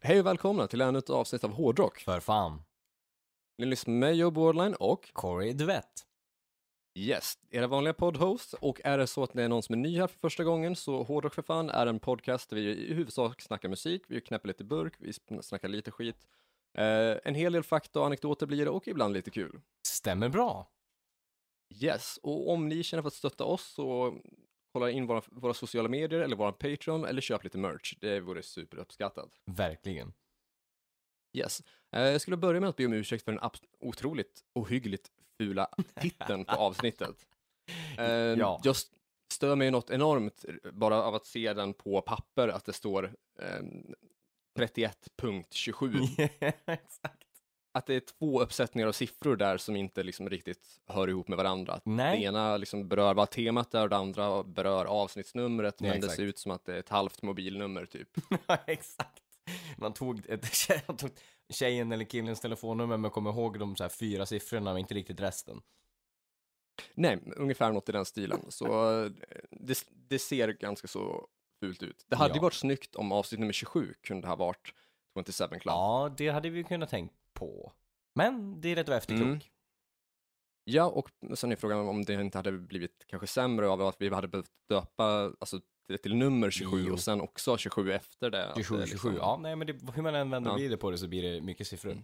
Hej och välkomna till ännu ett avsnitt av Hårdrock. För fan. Ni lyssnar med mig, Joe Borderline och Corey Duvett. Yes, era vanliga poddhost. Och är det så att det är någon som är ny här för första gången så Hårdrock för fan är en podcast där vi i huvudsak snackar musik, vi knäpper lite burk, vi sp- snackar lite skit. Eh, en hel del fakta och anekdoter blir det och ibland lite kul. Stämmer bra. Yes, och om ni känner för att stötta oss så kolla in våra, våra sociala medier eller vår Patreon eller köp lite merch. Det vore superuppskattat. Verkligen. Yes. Eh, Jag skulle börja med att be om ursäkt för den abs- otroligt ohyggligt fula titeln på avsnittet. Eh, Ja. Jag st- stör mig något enormt bara av att se den på papper att det står eh, Mm. 31.27. Exakt. Att det är två uppsättningar av siffror där som inte liksom riktigt hör ihop med varandra. Att Det Nej. ena liksom berör vad temat är och det andra berör avsnittsnumret Ja, men det exakt. ser ut som att det är ett halvt mobilnummer typ. Ja, Exakt. Man tog, ett, man tog tjejen eller killens telefonnummer men kom ihåg de så här fyra siffrorna men inte riktigt resten. Nej, men ungefär något i den stilen. Så eh, det, det ser ganska så fult ut. Det hade ju Ja. varit snyggt om avsnitt nummer 27 kunde ha varit 27 Club. Ja, det hade vi ju kunnat tänkt på. Men det är rätt att vara efterklok. Mm. Ja, och sen är frågan om det inte hade blivit kanske sämre av att vi hade behövt döpa alltså, det till nummer 27 Jo. och sen också 27 efter det. Att det 27, 27. liksom- Ja, nej men det, hur man än vänder Ja. och vrider på det så blir det mycket siffror.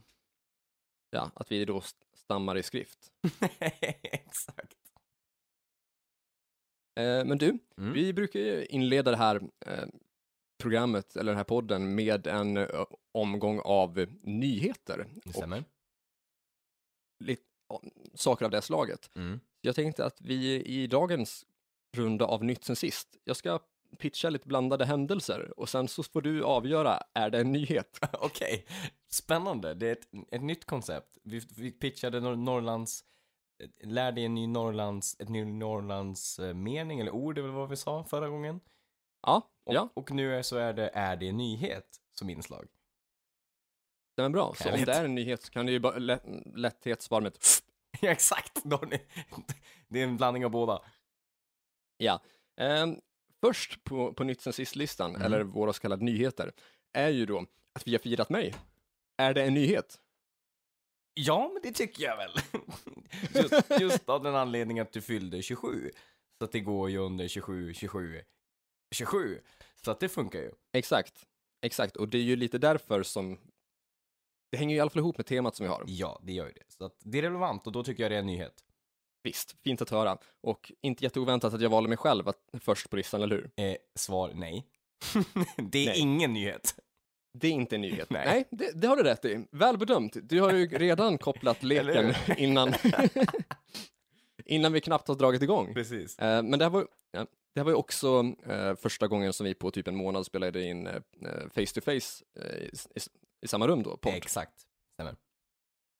ja, att vi då st- stammar i skrift. Exakt. Eh, men du, Mm. vi brukar ju inleda det här eh, programmet, eller den här podden, med en eh, omgång av nyheter. Det Och stämmer. lite, ja, saker av det slaget. Mm. Jag tänkte att vi i dagens runda av nytt sen sist, jag ska pitcha lite blandade händelser och sen så får du avgöra, är det en nyhet? Okej, spännande. Det är ett, ett nytt koncept. Vi, vi pitchade Nor- Norrlands, lär dig en ny Norrlands, ett ny Norrlands eh, mening eller ord, det var vad vi sa förra gången. Ja, Och, ja, och nu är, så är det, är det en nyhet som inslag. det är bra. Så om Härligt. det är en nyhet så kan du ju bara lä- lätthet svara med ett ja, exakt! Då har ni- Det är en blandning av båda. ja. Ehm, först på, på nytt sen sist-listan, Mm. eller våra så kallade nyheter, är ju då att vi har firat mig. Är det en nyhet? Ja, men det tycker jag väl. Just, just av den anledningen att du fyllde 27. Så att det går ju under 27, 27, 27. Så att det funkar ju. Exakt, exakt. Och det är ju lite därför som det hänger ju i alla fall ihop med temat som vi har. Ja, det gör ju det. Så att det är relevant och då tycker jag det är en nyhet. Visst, fint att höra. Och inte jätteoväntat att jag valde mig själv att, först på listan, eller hur? Eh, svar nej. det är Nej. ingen nyhet. Det är inte en nyhet. Nej. det, det har du rätt i. Väl bedömt. Du har ju redan kopplat leken Eller innan, innan vi knappt har dragit igång. Precis. Eh, men det här var, ja, det här var ju också eh, första gången som vi på typ en månad spelade in eh, face to face eh, i, i, i samma rum då, podd. Eh, Exakt.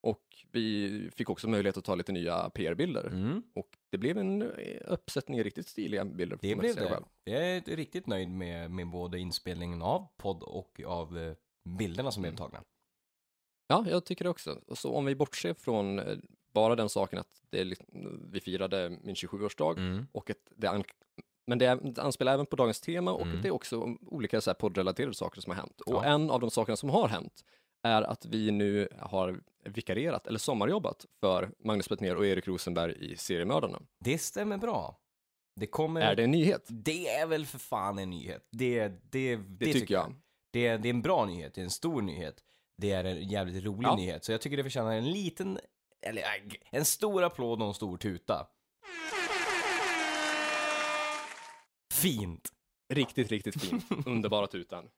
Och vi fick också möjlighet att ta lite nya PR-bilder. Mm, Och det blev en eh, uppsättning riktigt stiliga bilder. får det man blev säga det. själv. Jag är riktigt nöjd med, med både inspelningen av podd och av eh, bilderna som blev Mm. tagna. Ja, jag tycker det också. Och Så om vi bortser från eh, bara den saken att det är, liksom- vi firade min 27-årsdag Mm. och att det an- men det, är- det anspelar även på dagens tema och Mm. det är också olika så här poddrelaterade saker som har hänt. Och Ja. en av de sakerna som har hänt är att vi nu har vikarierat eller sommarjobbat för Magnus Betnér och Erik Rosenberg i Seriemördarna. Det stämmer bra. Det kommer... Är det en nyhet? Det är väl för fan en nyhet. Det, det, det, Det, tycker jag. Det är, det är en bra nyhet, det är en stor nyhet. Det är en jävligt rolig Ja. nyhet. Så jag tycker det förtjänar en liten, eller äh, en stor applåd och en stor tuta. Fint! Riktigt, riktigt fint. Underbara tutan.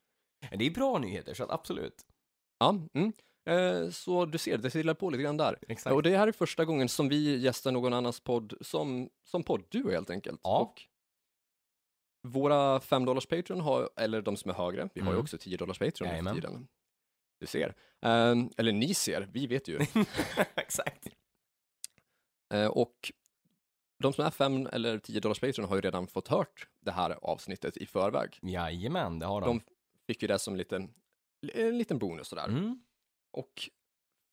Det är bra nyheter, så att absolut. Ja, mm. eh, så du ser, det trillar på lite grann där. Exakt. Och det här är första gången som vi gästar någon annans podd som, som poddduo helt enkelt. Ja. Och våra 5 dollars Patreon har, eller de som är högre, vi har ju Mm. också 10 dollars Patreon nu för Jajamän. tiden. Du ser. Ehm, eller ni ser, vi vet ju. Exakt. Eh, och de som är 5 eller 10 dollars Patreon har ju redan fått hört det här avsnittet i förväg. Jajamän, det har De de. fick ju det som lite, en liten bonus sådär. Mm. Och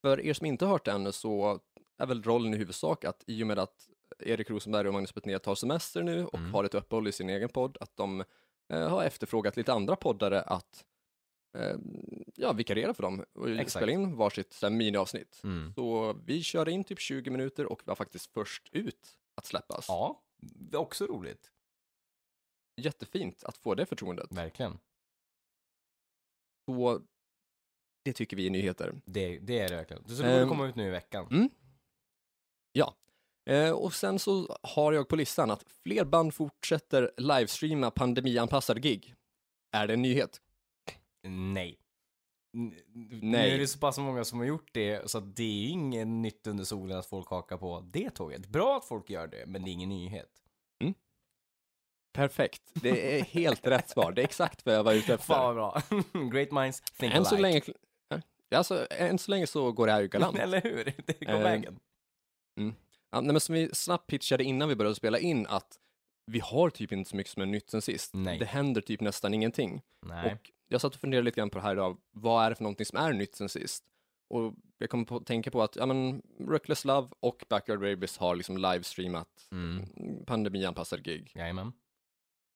för er som inte hört det ännu så är väl rollen i huvudsak att i och med att Erik Rosenberg och Magnus Betnér tar semester nu och Mm. har ett uppehåll i sin egen podd, att de eh, har efterfrågat lite andra poddare att eh, ja, vikariera för dem och Exakt. spela in varsitt så här, miniavsnitt. Mm. Så vi körde in typ 20 minuter och var faktiskt först ut att släppas. Ja, det är också roligt. Jättefint att få det förtroendet. Verkligen. Så det tycker vi är nyheter. Det, det är det verkligen. Så det borde Ehm. komma ut nu i veckan. Eh, och sen så har jag på listan att fler band fortsätter livestreama pandemianpassade gig. Är det en nyhet? Nej. N- Nej. Nu är det så pass många som har gjort det, så att det är inget nytt under solen att folk hakar på det tåget. Bra att folk gör det, men det är ingen nyhet. Perfekt, det är helt rätt svar. Det är exakt vad jag var ute efter. Fan vad bra. Great minds think Än så, alike. länge, Ja, alltså, än så länge så går det här ju galant. Eller hur? Det går Ehm. vägen. Ja, nej, men som vi snabbt pitchade innan vi började spela in att vi har typ inte så mycket som är nytt sen sist. Nej. Det händer typ nästan ingenting. Nej. Och jag satt och funderade lite grann på det här idag, vad är det för någonting som är nytt sen sist? Och jag kom på att tänka på att ja, men, Reckless Love och Backyard Babies har liksom livestreamat Mm. pandemianpassad gig. Jajamän.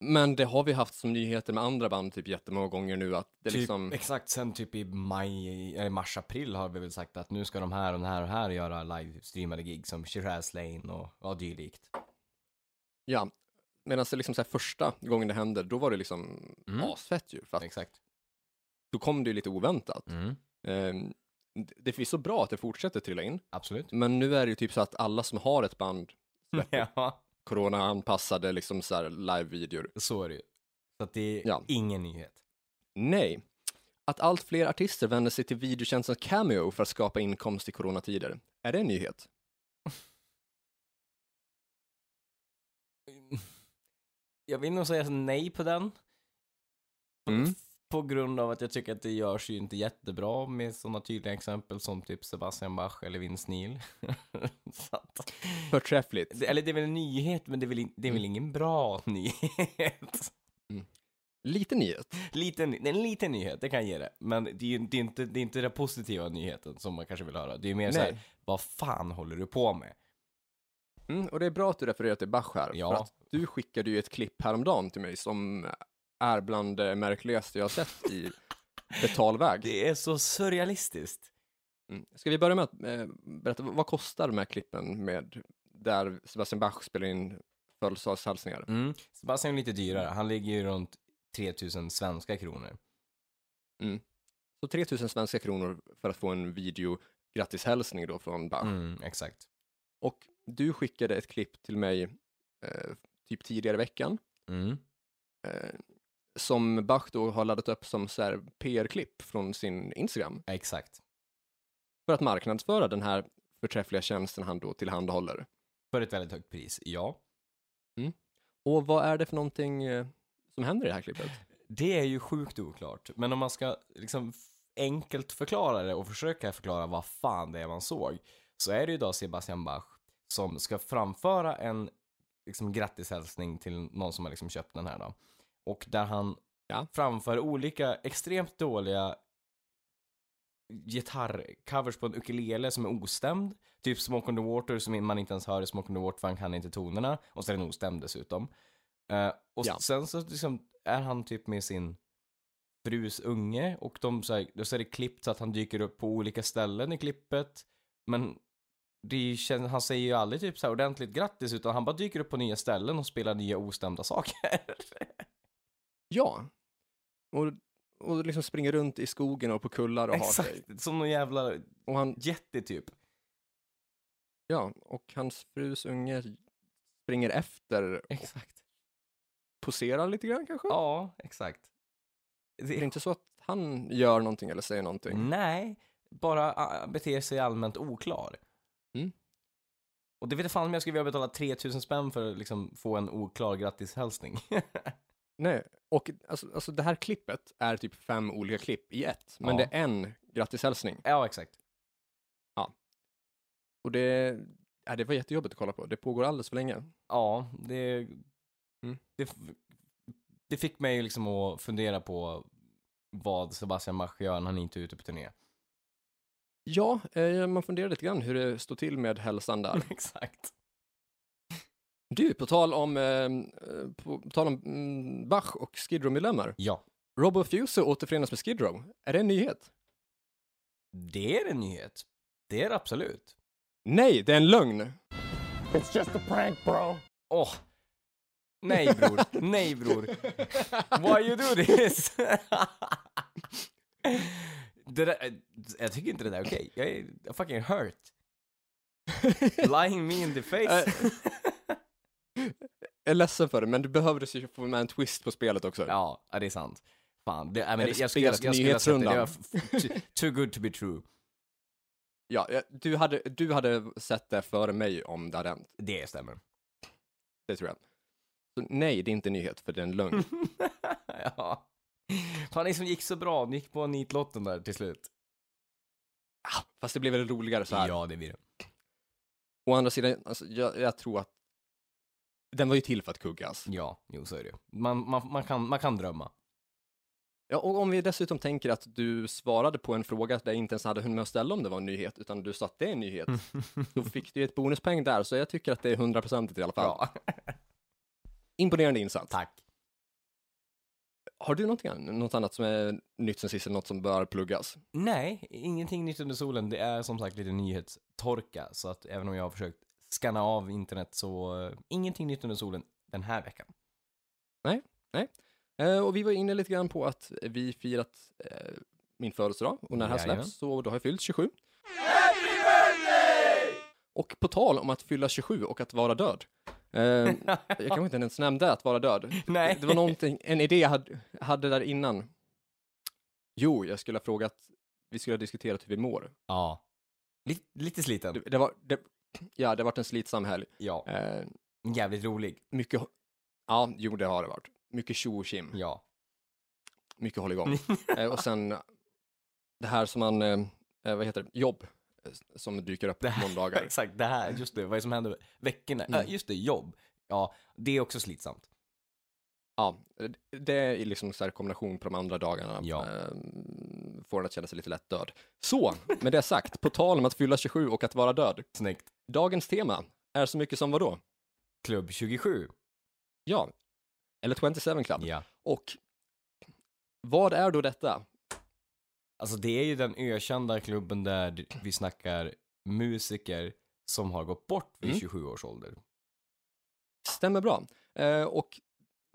Men det har vi haft som nyheter med andra band typ jättemånga gånger nu att det är Typ, liksom, Exakt, sen typ i maj, eller mars, april har vi väl sagt att nu ska de här och den här och den här göra livestreamade gig som Shiraz Lane och ja, dylikt. ja. Medan det liksom så här första gången det hände, då var det liksom Mm. asfett ju. För att Exakt. då kom det ju lite oväntat. Mm. Ehm, det- Det är så bra att det fortsätter trilla in, Absolut. men nu är det ju typ så att alla som har ett band, ja, corona-anpassade liksom så här live-videor. så är det ju. Så att det är Ja. ingen nyhet. Nej, att allt fler artister vänder sig till videotjänsten Cameo för att skapa inkomst i coronatider. Är det en nyhet? Jag vill nog säga nej på den. Mm. På grund av att jag tycker att det görs ju inte jättebra med sådana tydliga exempel som typ Sebastian Bach eller Vince Neil. Så att, Förträffligt. det- eller det är väl en nyhet, men det är väl, in, det är väl ingen bra nyhet. Lite nyhet. liten, det är en liten nyhet, det kan jag ge det. Men det är ju det är inte, det är inte den positiva nyheten som man kanske vill höra. Det är ju mer såhär, Nej. vad fan håller du på med? Mm, och det är bra att du refererar till Bach här, Ja. för att du skickade ju ett klipp häromdagen till mig som är bland det märkligaste jag har sett i betalväg. Det är så surrealistiskt. Mm. Ska vi börja med att eh, berätta, vad kostar de här klippen med där Sebastian Bach spelar in födelsedagshälsningar? Mm. Sebastian är lite dyrare, han ligger ju runt 3000 svenska kronor. Så 3000 svenska kronor för att få en video grattishälsning då från Bach. Mm, exakt. Och du skickade ett klipp till mig eh, typ tidigare i veckan Mm. eh, som Bach då har laddat upp som så här PR-klipp från sin Instagram Exakt. för att marknadsföra den här förträffliga tjänsten han då tillhandahåller. För ett väldigt högt pris, ja. Och vad är det för någonting eh, som händer i det här klippet? Det är ju sjukt oklart, men om man ska liksom f- enkelt förklara det och försöka förklara vad fan det är man såg, så är det ju då Sebastian Bach som ska framföra en liksom, grattishälsning till någon som har liksom köpt den här då. Och där han Ja. framför olika extremt dåliga gitarrcovers på en ukulele som är ostämd. Typ Smoke on the Water som man inte ens hör i Smoke on the Water för han kan inte tonerna. Och så är den ostämd dessutom. Eh, och Ja. sen så liksom är han typ med sin frus unge och de så här, då så är det klippt så att han dyker upp på olika ställen i klippet. Men det känns, han säger ju aldrig typ så här ordentligt grattis utan han bara dyker upp på nya ställen och spelar nya ostämda saker. Ja, och, och liksom springer runt i skogen och på kullar och har sig. Exakt, som någon jävla Och, han, jätte typ. ja, och hans frus unge springer efter och Exakt. poserar lite grann kanske? Ja, exakt. Det Det är inte så att han gör någonting eller säger någonting. Nej, bara ah, beter sig allmänt oklar. Mm. Och det vet jag fan om jag skulle vilja betala 3000 spänn för att liksom få en oklar grattishälsning. Nej. Och alltså, alltså det här klippet är typ fem olika klipp i ett, men Ja. det är en grattishälsning. ja, exakt. Och det, ja, det var jättejobbigt att kolla på, det pågår alldeles för länge. Ja, det... Mm. Det, f- det fick mig liksom att fundera på vad Sebastian Bach gör när han inte är ute på turné. Ja, eh, man funderar lite grann hur det står till med hälsan där. exakt. Du, på tal om, eh, på, på tal om mm, Bach och Skid Row-medlemmar, Ja. Robo Fuso återförenas med Skid Row. Är det en nyhet? Det är en nyhet. Det är det absolut. Nej, det är en lögn. It's just a prank, bro. Åh! Nej bror, nej bror. Why you do this? det där, jag tycker inte det där är okej. Jag är fucking hurt. Lying me in the face. Jag är ledsen för det, men du behövdes ju få med en twist på spelet också. ja, ja, det är sant. Fan, det, jag, men, Eller jag, jag, skulle- jag, skulle- jag skulle ha sett det. Det var nyhetsrundan. f- f- too good to be true. Ja, ja, du, hade, du hade sett det före mig om det hade hänt. Det stämmer. Det tror jag. Så nej, det är inte en nyhet, för det är en Mm. lögn. ja. Fan, det som gick så bra. Ni gick på nitlotten där till slut. Ah, Fast det blev väl roligare så här. Ja, det blir det. Å andra sidan, alltså, jag, jag tror att den var ju till för att alltså. kuggas. Ja, jo så är det. Man, man, man, kan, man kan drömma. Ja, och om vi dessutom tänker att du svarade på en fråga där jag inte ens hade hunnit med att ställa om det var en nyhet, utan du sa att det är en nyhet, Mm. då fick du ju ett bonuspoäng där, så jag tycker att det är hundraprocentigt i alla fall. Ja. Imponerande insats. Tack. Har du någonting, an- något annat som är nytt sen sist, eller något som bör pluggas? Nej, ingenting nytt under solen. Det är som sagt lite nyhetstorka, så att även om jag har försökt skanna av internet så eh, ingenting nytt under solen den här veckan. Eh, och vi var inne lite grann på att vi firat eh, min födelsedag och när det här Jajamän. släpps så då har jag fyllt 27. Och på tal om att fylla 27 och att vara död. Eh, jag kanske inte ens nämnde att vara död. Nej. Det var någonting, en idé jag hade, hade där innan. Jo, jag skulle ha frågat, vi skulle ha diskuterat hur vi mår. Ja. Lite, lite sliten. Det, det var, det, ja, det har varit en slitsam helg. Ja. Eh, Jävligt rolig. mycket, ho- ja, jo det har det varit. Mycket tjo och tjim. Ja. mycket hålligång. Mm. eh, och sen det här som man, eh, eh, vad heter det, jobb eh, som dyker upp Det på här- måndagar. Exakt, det här, just det, vad är det som händer veckorna? Mm. Ja, just det, jobb. Ja, det är också slitsamt. Ja, eh, det är liksom så här kombination på de andra dagarna. Ja. Eh, får en att känna sig lite lätt död. Så, med det sagt, på tal om att fylla 27 och att vara död. Snyggt. Dagens tema är så mycket som vadå? Klubb 27. Ja, eller 27 Club. Ja. Och vad är då detta? Alltså det är ju den ökända klubben där vi snackar musiker som har gått bort vid Mm. 27 års ålder. Stämmer bra. Eh, och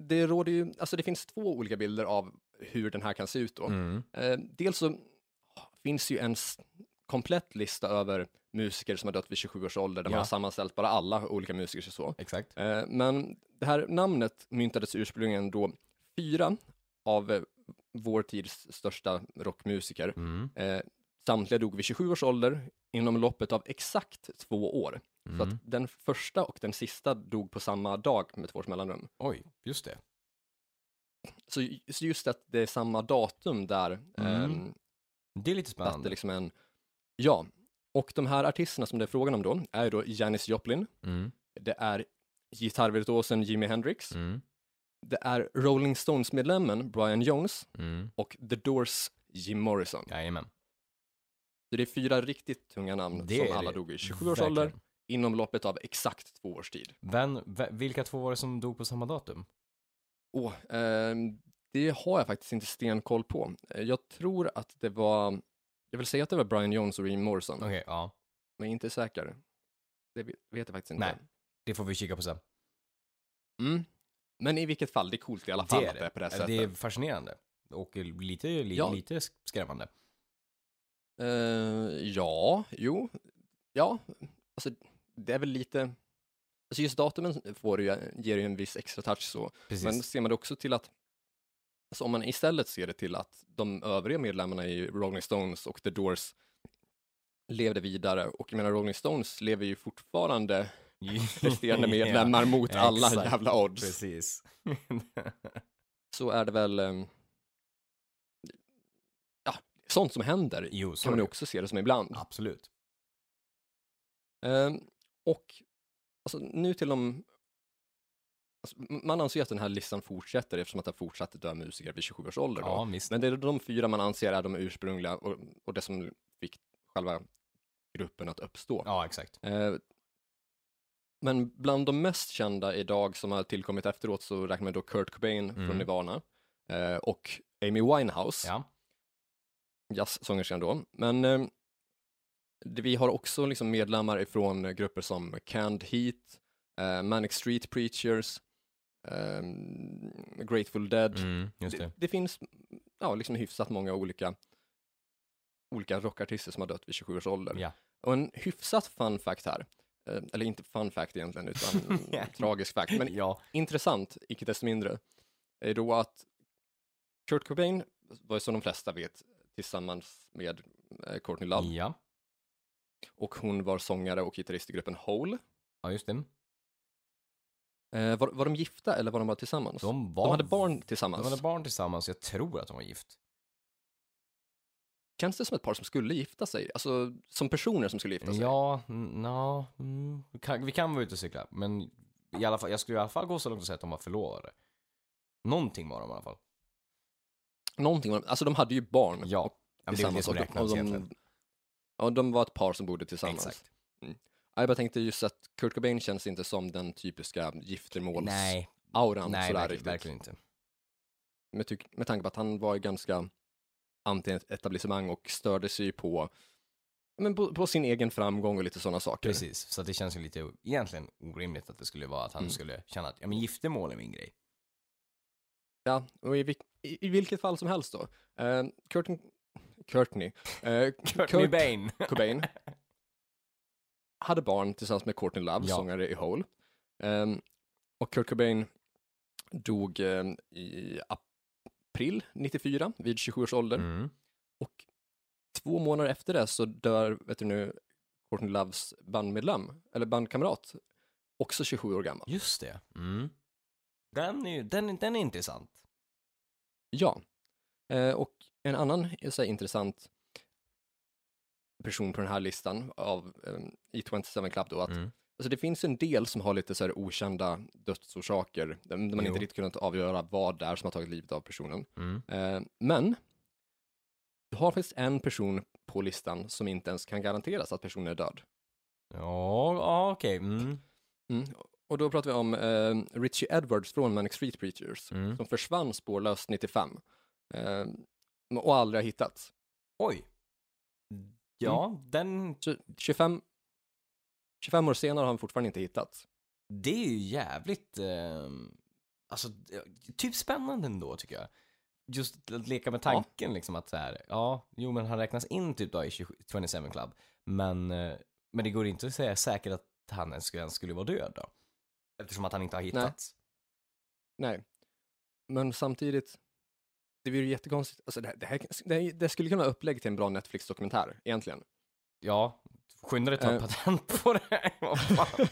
det råder ju, alltså det finns två olika bilder av hur den här kan se ut då. Mm. Eh, dels så finns ju en s- komplett lista över musiker som har dött vid 27 års ålder, där man Ja. har sammanställt bara alla olika musiker och så. Exakt. Eh, men det här namnet myntades ursprungligen då fyra av eh, vår tids största rockmusiker. Mm. Eh, samtliga dog vid 27 års ålder inom loppet av exakt två år. Så Mm. att den första och den sista dog på samma dag med två års mellanrum. Oj, just det. Så, ju- så just att det är samma datum där Mm. ehm, Det är lite att det spännande. liksom är en... Ja, och de här artisterna som det är frågan om då är ju då Janis Joplin, Mm. det är gitarrvirtuosen Jimi Hendrix, Mm. det är Rolling Stones-medlemmen Brian Jones Mm. och The Doors Jim Morrison. Jajamän. Så det är fyra riktigt tunga namn Det är Mm, som alla det. dog i 27 års ålder Verkligen. inom loppet av exakt två års tid. Vem, ve- vilka två var det som dog på samma datum? Mm. Åh, ehm, det har jag faktiskt inte stenkoll på. Eh, Jag tror att det var, jag vill säga att det var Brian Jones och Jim Morrison, Okej, ja. men jag är inte säker. Det vet vet jag faktiskt inte. Nej. Det får vi kika på sen. Mm. Men i vilket fall, det är coolt i alla fall det, är att det är på det här det. sättet. det är fascinerande. Och lite, li, Ja. lite skrämmande. Eh, ja, jo, ja, alltså det är väl lite, alltså just datumen får ju, ger ju en viss extra touch så, Precis. men ser man det också till att, alltså om man istället ser det till att de övriga medlemmarna i Rolling Stones och The Doors levde vidare och jag menar Rolling Stones lever ju fortfarande resterande medlemmar mot Ja, alla exakt. jävla odds. Precis. Så är det väl, ehm, ja, sånt som händer jo, så kan man är ju det. också se det som ibland. Absolut. Ehm, och alltså, nu till de... Alltså, m- man anser ju att den här listan fortsätter eftersom att det fortsatt dö musiker vid 27 års ålder. Då. Ja, visst. Men det är de fyra man anser är de ursprungliga och, och det som fick själva gruppen att uppstå. Ja, exakt. Ehm, men bland de mest kända idag som har tillkommit efteråt så räknar man då Kurt Cobain Mm. från Nirvana eh, och Amy Winehouse, Ja. jazzsångerskan då. Men eh, det- vi har också liksom medlemmar ifrån eh, grupper som Canned Heat, eh, Manic Street Preachers, eh, Grateful Dead. Mm, just det. det, finns ja, liksom hyfsat många olika, olika rockartister som har dött vid 27 års ålder. Ja. Och en hyfsat fun fact här, eh, eller inte fun fact egentligen, utan Ja. mm, tragisk fact, men ja. intressant, icke desto mindre, är då att Kurt Cobain var ju som de flesta vet tillsammans med eh, Courtney Love ja. och hon var sångare och gitarrist i gruppen Hole. Ja, just det. Eh, var, var de gifta eller var de bara tillsammans? De, var, De hade barn De tillsammans. hade barn tillsammans. Jag tror att de var gift. Känns det som ett par som skulle gifta sig? Alltså som personer som skulle gifta sig? Ja, n- nja, mm, vi, kan, vi kan vara ute och cykla. Men i alla fall, jag skulle i alla fall gå så långt och säga att de var förlovade. Någonting var de i alla fall. Någonting, var- alltså de hade ju barn Ja. Ja, men det är väl det tillsammans. som och de- räknas och egentligen. de, ja, de var ett par som bodde tillsammans. Exakt. Ja, Jag bara tänkte just att Kurt Cobain känns inte som den typiska giftermåls-auran. Nej, nej sådär verkligen, riktigt. verkligen inte. Med, tyck- med tanke på att han var ju ganska anti-etablissemang och störde sig ju på, men på, på sin egen framgång och lite sådana saker. Precis, så att det känns ju lite egentligen orimligt att det skulle vara att han Mm. skulle känna att ja, men giftermål är min grej. Ja, och i, vil- i, i vilket fall som helst då. Eh, Kurt, Kurtney, eh, Kurt Kurt- Cobain. Cobain hade barn tillsammans med Courtney Love, Ja. sångare i Hole. Ehm, och Kurt Cobain dog ehm, i april 94 vid 27 års ålder. Mm. Och två månader efter det så dör, vet du nu, Courtney Loves bandmedlem, eller bandkamrat, också 27 år gammal. Just det. Mm. Den är ju, den, den är intressant. Ja. Eh, och en annan eh, så här, intressant person på den här listan av ehm, i 27 Club då, att Mm. Alltså det finns en del som har lite så här okända dödsorsaker, där där man Jo. inte riktigt kunnat avgöra vad det är som har tagit livet av personen. Mm. Eh, men du har faktiskt en person på listan som inte ens kan garanteras att personen är död. Ja, ja okej. Mm. Mm. Och då pratar vi om eh, Richie Edwards från Manic Street Preachers, Mm. som försvann spårlöst 95 eh, och aldrig har hittats. Oj. Ja, den, Så 25, 25 år senare har han fortfarande inte hittats. det är ju jävligt, eh, alltså eh, typ spännande ändå tycker jag. Just att leka med tanken liksom att så här, ja, jo men han räknas in typ då i 27 27 Club, men, eh, men det går inte att säga säkert att han ens skulle, ens skulle vara död då. Eftersom att han inte har hittats. Nej. Men samtidigt, det blir ju jättekonstigt. Alltså det, här- det, här, det, här, det skulle kunna vara upplägg till en bra Netflix-dokumentär, egentligen. Ja, skynda dig att ta Eh. patent på det här. Vad fan.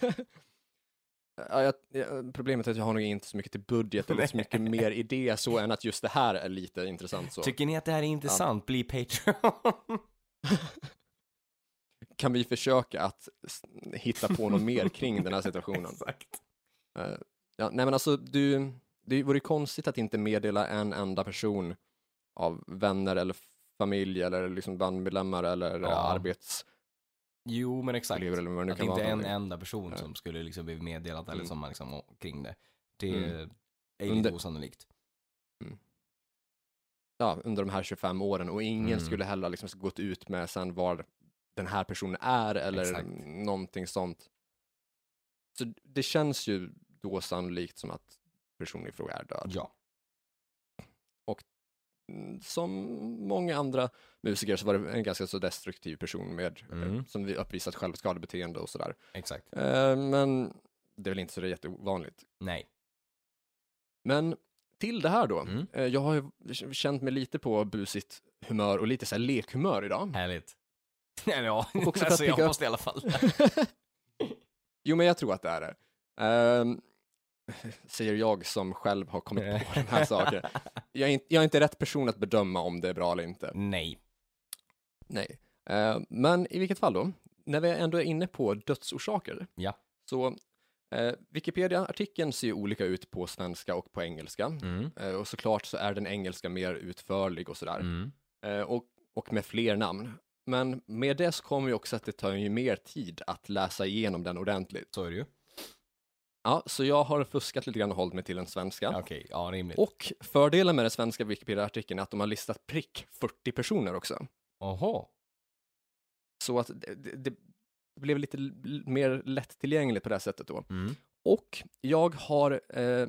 Ja, jag, jag, problemet är att jag har nog inte så mycket till budget eller så mycket mer idé så än att just det här är lite intressant. Så. Tycker ni att det här är intressant? Bli Patreon. Kan vi försöka att s- hitta på något mer kring den här situationen? Exakt. Eh, ja, nej men alltså, du, det vore ju konstigt att inte meddela en enda person av vänner eller familj eller liksom bandmedlemmar eller Ja. ja. arbetskollegor Jo, men exakt. eller vad det nu Att kan vara. inte för en någonting. enda person Nej. som skulle liksom bli meddelad eller Mm. som man liksom å- kring det. Det Mm. är lite Under- osannolikt. ja, under de här 25 åren och ingen Mm. skulle heller liksom gått ut med sen var den här personen är eller Exakt. någonting sånt. Så det känns ju då sannolikt som att personen i fråga är död. Ja. Mm, Som många andra musiker så var det en ganska så destruktiv person med, eh, Mm. som vi uppvisat självskadebeteende och sådär. Exakt. Eh, Men det är väl inte så det är jätteovanligt. Nej. Men till det här då, Mm. eh, jag har ju känt mig lite på busigt humör och lite så här lekhumör idag. Härligt. Eller ja, Och också för alltså att jag picka upp- hoppas det i alla fall. jo, men jag tror att det är det. Ehm, säger jag som själv har kommit på den här saken. Jag är, inte, jag är inte rätt person att bedöma om det är bra eller inte. Nej. Nej. Ehm, men i vilket fall då, när vi ändå är inne på dödsorsaker. Ja. Så eh, Wikipedia-artikeln ser ju olika ut på svenska och på engelska. Mm. Eh, och såklart så är den engelska mer utförlig och sådär. Mm. Eh, och, och med fler namn. Men med det så kommer ju också att det tar ju mer tid att läsa igenom den ordentligt. Så är det ju. Ja, så jag har fuskat lite grann och hållit mig till den svenska. Okej, ja rimligt. Och fördelen med den svenska Wikipedia-artikeln är att de har listat prick 40 personer också. Oho. Så att det, det, det blev lite l- mer lättillgängligt på det här sättet då. Mm. Och jag har eh,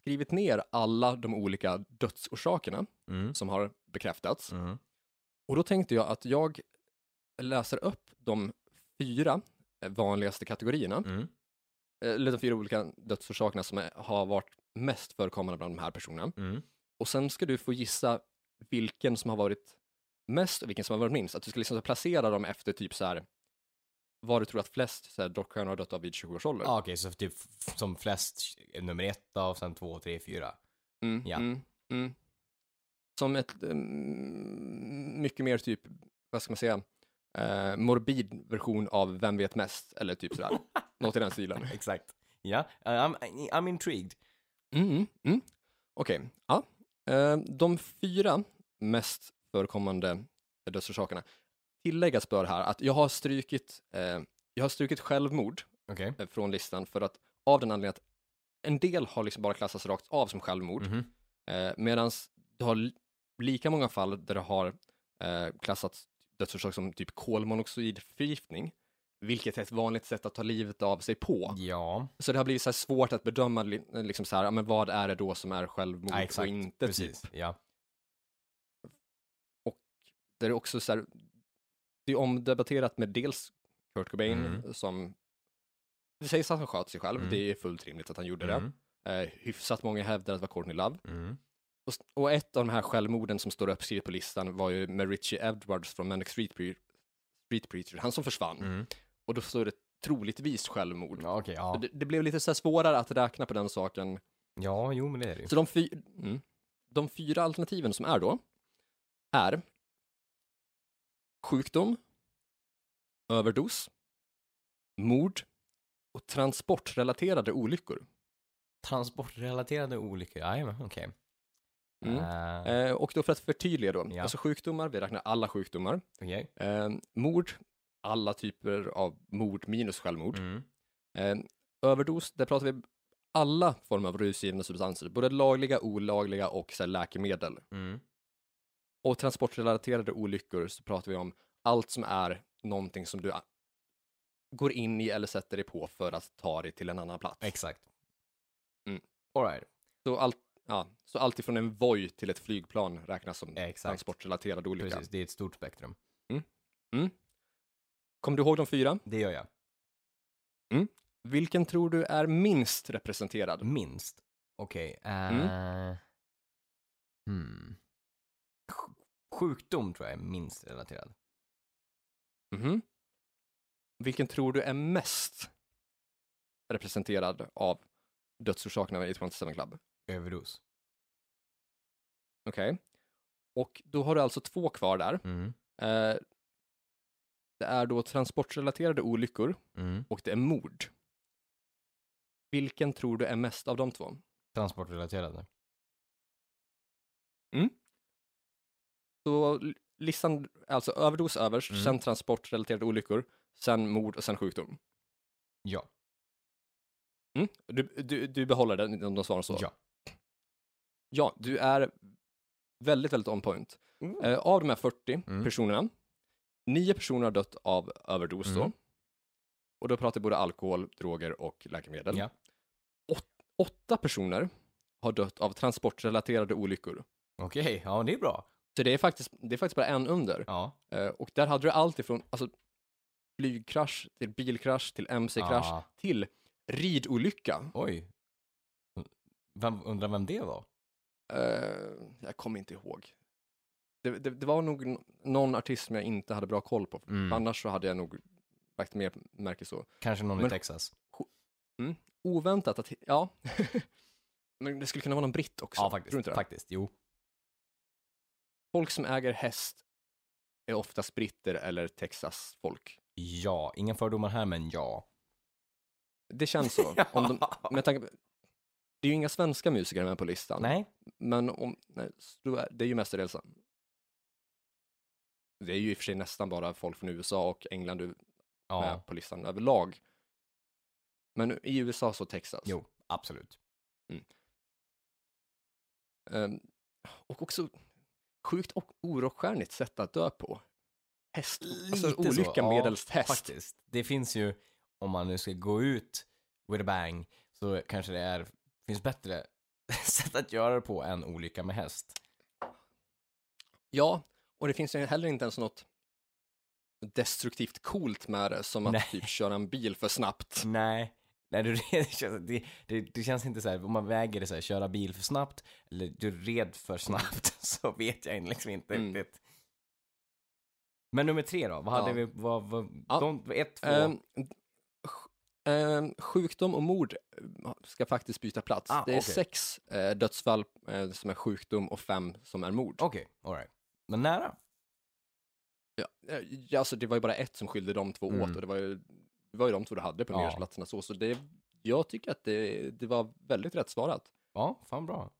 skrivit ner alla de olika dödsorsakerna Mm. som har bekräftats. Mm. Och då tänkte jag att jag läser upp de fyra eh, vanligaste kategorierna, Mm. eh, eller de fyra olika dödsorsakerna som är, har varit mest förekommande bland de här personerna. Mm. Och sen ska du få gissa vilken som har varit mest och vilken som har varit minst. Att du ska liksom så placera dem efter typ så här vad du tror att flest så här, dockstjärnor har dött av vid 20 års ålder. Ja, Okej, så typ f- som flest är nummer ett då, och sen två, tre, fyra. Mm, Ja. mm, mm. Som ett mm, mycket mer typ, vad ska man säga, eh, morbid version av Vem vet mest, eller typ sådär. Något i den stilen. Exakt. Ja, eh, I'm, I'm intrigued. Mm, mm, mm. Okej, ja. Eh, de fyra mest förekommande dödsorsakerna. Tilläggas bör här att jag har strukit, eh, jag har strukit självmord Okej. eh, från listan för att av den anledningen att en del har liksom bara klassats rakt av som självmord. Mhm. Eh, Medan du har li- lika många fall där det har eh, klassats dödsorsak som typ kolmonoxidförgiftning, vilket är ett vanligt sätt att ta livet av sig på. Ja, Så det har blivit så här svårt att bedöma li- liksom så här, ja, men vad är det då som är självmord Ja, och exakt. inte. precis. Typ. Ja. Där det är också så här, det är omdebatterat med dels Kurt Cobain Mm. som, det sägs att han sköt sig själv, Mm. det är fullt rimligt att han gjorde Mm. det. Eh, hyfsat många hävdar att det var Courtney Love. Mm. Och, och ett av de här självmorden som står uppskrivet på listan var ju med Richie Edwards från Manic Street, Pre- Street Preacher, han som försvann. Mm. Och då står det troligtvis självmord. Ja, Okej, Så ja. Det, det blev lite så här svårare att räkna på den saken. Ja, jo men det är det ju. Så de, fy, mm, de fyra alternativen som är då är sjukdom, överdos, mord och transportrelaterade olyckor. Transportrelaterade olyckor, jajamän, okej. Mm. Eh, Eh, och då för att förtydliga då, Ja. alltså sjukdomar, vi räknar alla sjukdomar. Okej. Eh, mord, alla typer av mord minus självmord. Mm. Eh, överdos, där pratar vi alla former av rusgivande substanser, både lagliga, olagliga och så här, läkemedel. Mm. Och transportrelaterade olyckor så pratar vi om allt som är någonting som du a- går in i eller sätter dig på för att ta dig till en annan plats. Exakt. Mm. Alright. Så, allt, ja, så allt ifrån en voj till ett flygplan räknas som Exakt. transportrrelaterad olycka. Precis, det är ett stort spektrum. Kom du ihåg de fyra? Det gör jag. Vilken tror du är minst representerad? Mm. Minst. Okej. eh, hmm. Sj- Sjukdom tror jag är minst relaterad. Mhm. Vilken tror du är mest representerad av dödsorsakerna i 27 Club? Överdos. Okej. Och då har du alltså två kvar där. Mm. Eh, det är då transportrelaterade olyckor Mm. och det är mord. Vilken tror du är mest av de två? Transportrelaterade. Så l- listan är alltså överdos överst, Mm. sen transportrelaterade olyckor, sen mord och sen sjukdom. Ja. Mm. Du, du, du behåller den om de svarar så? Ja. Ja, du är väldigt, väldigt on point. Mm. Eh, av de här 40 Mm. personerna, nio personer har dött av överdos då. Mm. Och då pratar vi både alkohol, droger och läkemedel. Ja. Åtta personer har dött av transportrelaterade olyckor. Okej, ja det är bra. Så det är faktiskt, det är faktiskt bara en under. Ja. Eh, och där hade du allt ifrån alltså, flygkrasch till bilkrasch till mc-krasch Ah, till ridolycka. oj. Vem, undrar vem det var? Eh, jag kommer inte ihåg. Det, det, det var nog n- någon artist som jag inte hade bra koll på. Mm. Annars så hade jag nog lagt mer märke så. Kanske någon i Men- Texas. Oväntat att, ja. Men det skulle kunna vara någon britt också. Tror Ja, du faktiskt. inte det? Faktiskt, jo. Folk som äger häst är oftast britter eller Texas-folk. Ja, inga fördomar här, men ja. Det känns så. om de, med tanke på, det är ju inga svenska musiker med på listan. Nej. Men om, nej, så då är, det är ju mestadels... Det är ju i och för sig nästan bara folk från USA och England du- Ja. med på listan överlag. Men i USA så Texas. Jo, absolut. Ehm, och också sjukt och orockstjärnigt sätt att dö på. Häst, alltså Lite så, olycka ja, medelst häst. Faktiskt. Det finns ju, om man nu ska gå ut with a bang, så kanske det är, finns bättre sätt att göra det på än olycka med häst. Ja, och det finns ju heller inte ens något destruktivt coolt med det, som att Nej. Mm. typ köra en bil för snabbt. Nej. Nej, du, det, känns, det, det, det känns inte så här, om man väger det så här, köra bil för snabbt, eller du red för snabbt, så vet jag liksom inte Mm. riktigt. Men nummer tre då, vad hade Ja. vi, vad, vad, Ja. de, ett, två, Ehm, sj- ehm, sjukdom och mord eh, ska faktiskt byta plats. Ah, det är okej. sex eh, dödsfall eh, som är sjukdom och fem som är mord. okej, alright. Men nära. Eh, ja, alltså, det var ju bara ett som skilde de två åt Mm. och det var ju, det var ju de två du hade på Ja. nyårsplatserna. Så, så det, jag tycker att det, det var väldigt rätt svarat. Ja, fan bra.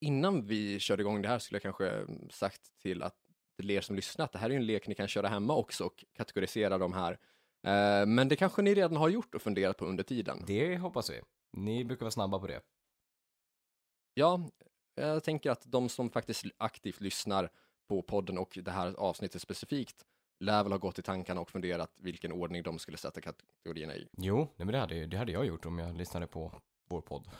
Innan vi körde igång det här skulle jag kanske mm, sagt till att till er som lyssnar att det här är ju en lek ni kan köra hemma också och kategorisera de här. Eh, Men det kanske ni redan har gjort och funderat på under tiden. Det hoppas vi. Ni brukar vara snabba på det. Ja, jag tänker att de som faktiskt aktivt lyssnar på podden och det här avsnittet specifikt lär väl ha gått i tankarna och funderat vilken ordning de skulle sätta kategorierna i. Jo, nej, men det, hade, ju- det hade jag gjort om jag lyssnade på vår podd.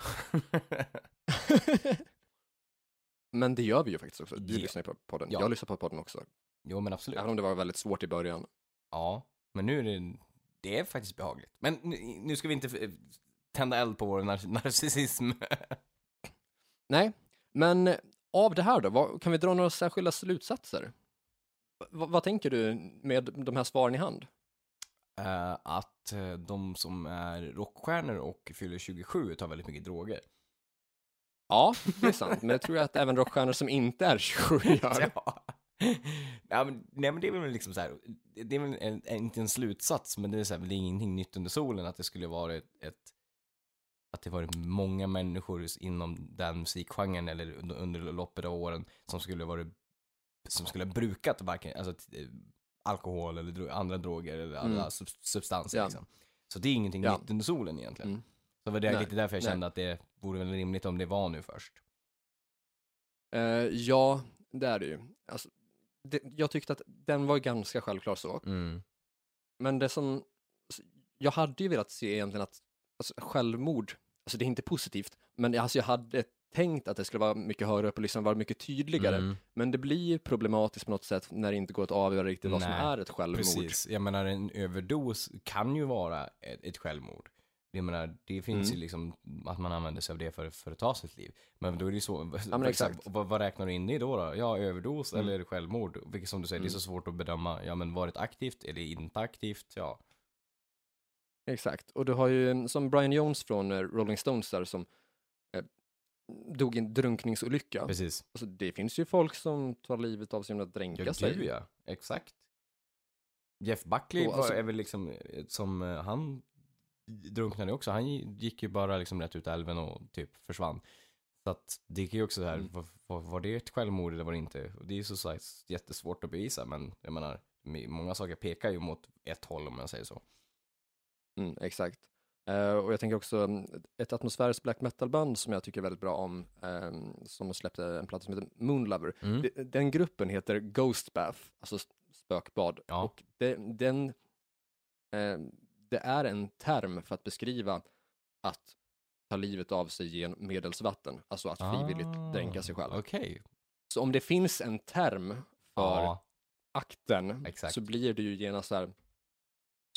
Men det gör vi ju faktiskt också. Du Ja. lyssnar ju på podden. Ja. Jag lyssnar på podden också. jo, men absolut. Även om det var väldigt svårt i början. Ja, men nu är det, det är faktiskt behagligt. Men nu, nu ska vi inte eh, tända eld på vår nar- narcissism. Nej, men eh, av det här då, vad, kan vi dra några särskilda slutsatser? Va, vad tänker du med de här svaren i hand? Eh, att eh, de som är rockstjärnor och fyller 27 tar väldigt mycket droger. Ja, det är sant, men det tror jag att även rockstjärnor som inte är 27 gör. Ja. Ja, men, nej men det är väl liksom så här, det är väl en, en, inte en slutsats men det är så här, det är ingenting nytt under solen att det skulle vara ett, ett att det varit många människor inom den musikgenren eller under, under loppet av åren som skulle ha varit som skulle ha brukat varken, alltså t- eh, alkohol eller dro- andra droger eller andra Mm. sub- substanser Ja. liksom. Så det är ingenting Ja. nytt under solen egentligen. Mm. Så det var det Nej, lite därför jag nej. kände att det vore väl rimligt om det var nu först. Eh, ja, det är det ju. Alltså, det, jag tyckte att den var ganska självklar så. Mm. Men det som, alltså, jag hade ju velat se egentligen att alltså, självmord, alltså det är inte positivt, men alltså, jag hade tänkt att det skulle vara mycket högre upp och liksom vara mycket tydligare. Mm. Men det blir ju problematiskt på något sätt när det inte går att avgöra riktigt vad som Nej, är ett självmord. Precis, jag menar en överdos kan ju vara ett, ett självmord. Jag menar, det finns Mm. ju liksom att man använder sig av det för, för att ta sitt liv. Men då är det ju så, men för- exakt. Vad, vad räknar du in i då? då? Ja, överdos Mm. eller självmord? Vilket som du säger, det är så svårt att bedöma. Ja, men var det aktivt eller inte aktivt? Ja. Exakt, och du har ju en- som Brian Jones från eh, Rolling Stones där som eh, dog i en drunkningsolycka. Precis. Alltså, det finns ju folk som tar livet av sig genom att dränka Ja, sig. gud ja. Exakt. Jeff Buckley Och alltså- var, är väl liksom, eh, som eh, han drunknade också. Han gick ju bara liksom rätt ut i älven och typ försvann. Så att det är ju också så här, Mm. var, var, var det ett självmord eller var det inte? Och det är ju så sagt jättesvårt att bevisa, men jag menar, m- många saker pekar ju mot ett håll om jag säger så. Mm, exakt. Eh, och jag tänker också mm, ett atmosfäriskt black metal-band som jag tycker väldigt bra om, ehm, som släppte en platta som heter Moonlover. Det- De- Den gruppen heter Ghost Bath, alltså s- spökbad. Ja. Och det, den, ehm, det är en term för att beskriva att ta livet av sig genom medelsvatten, alltså att frivilligt Ah, dränka sig själv. Okej. Så om det finns en term för Ja, akten Exakt. så blir det ju genast så här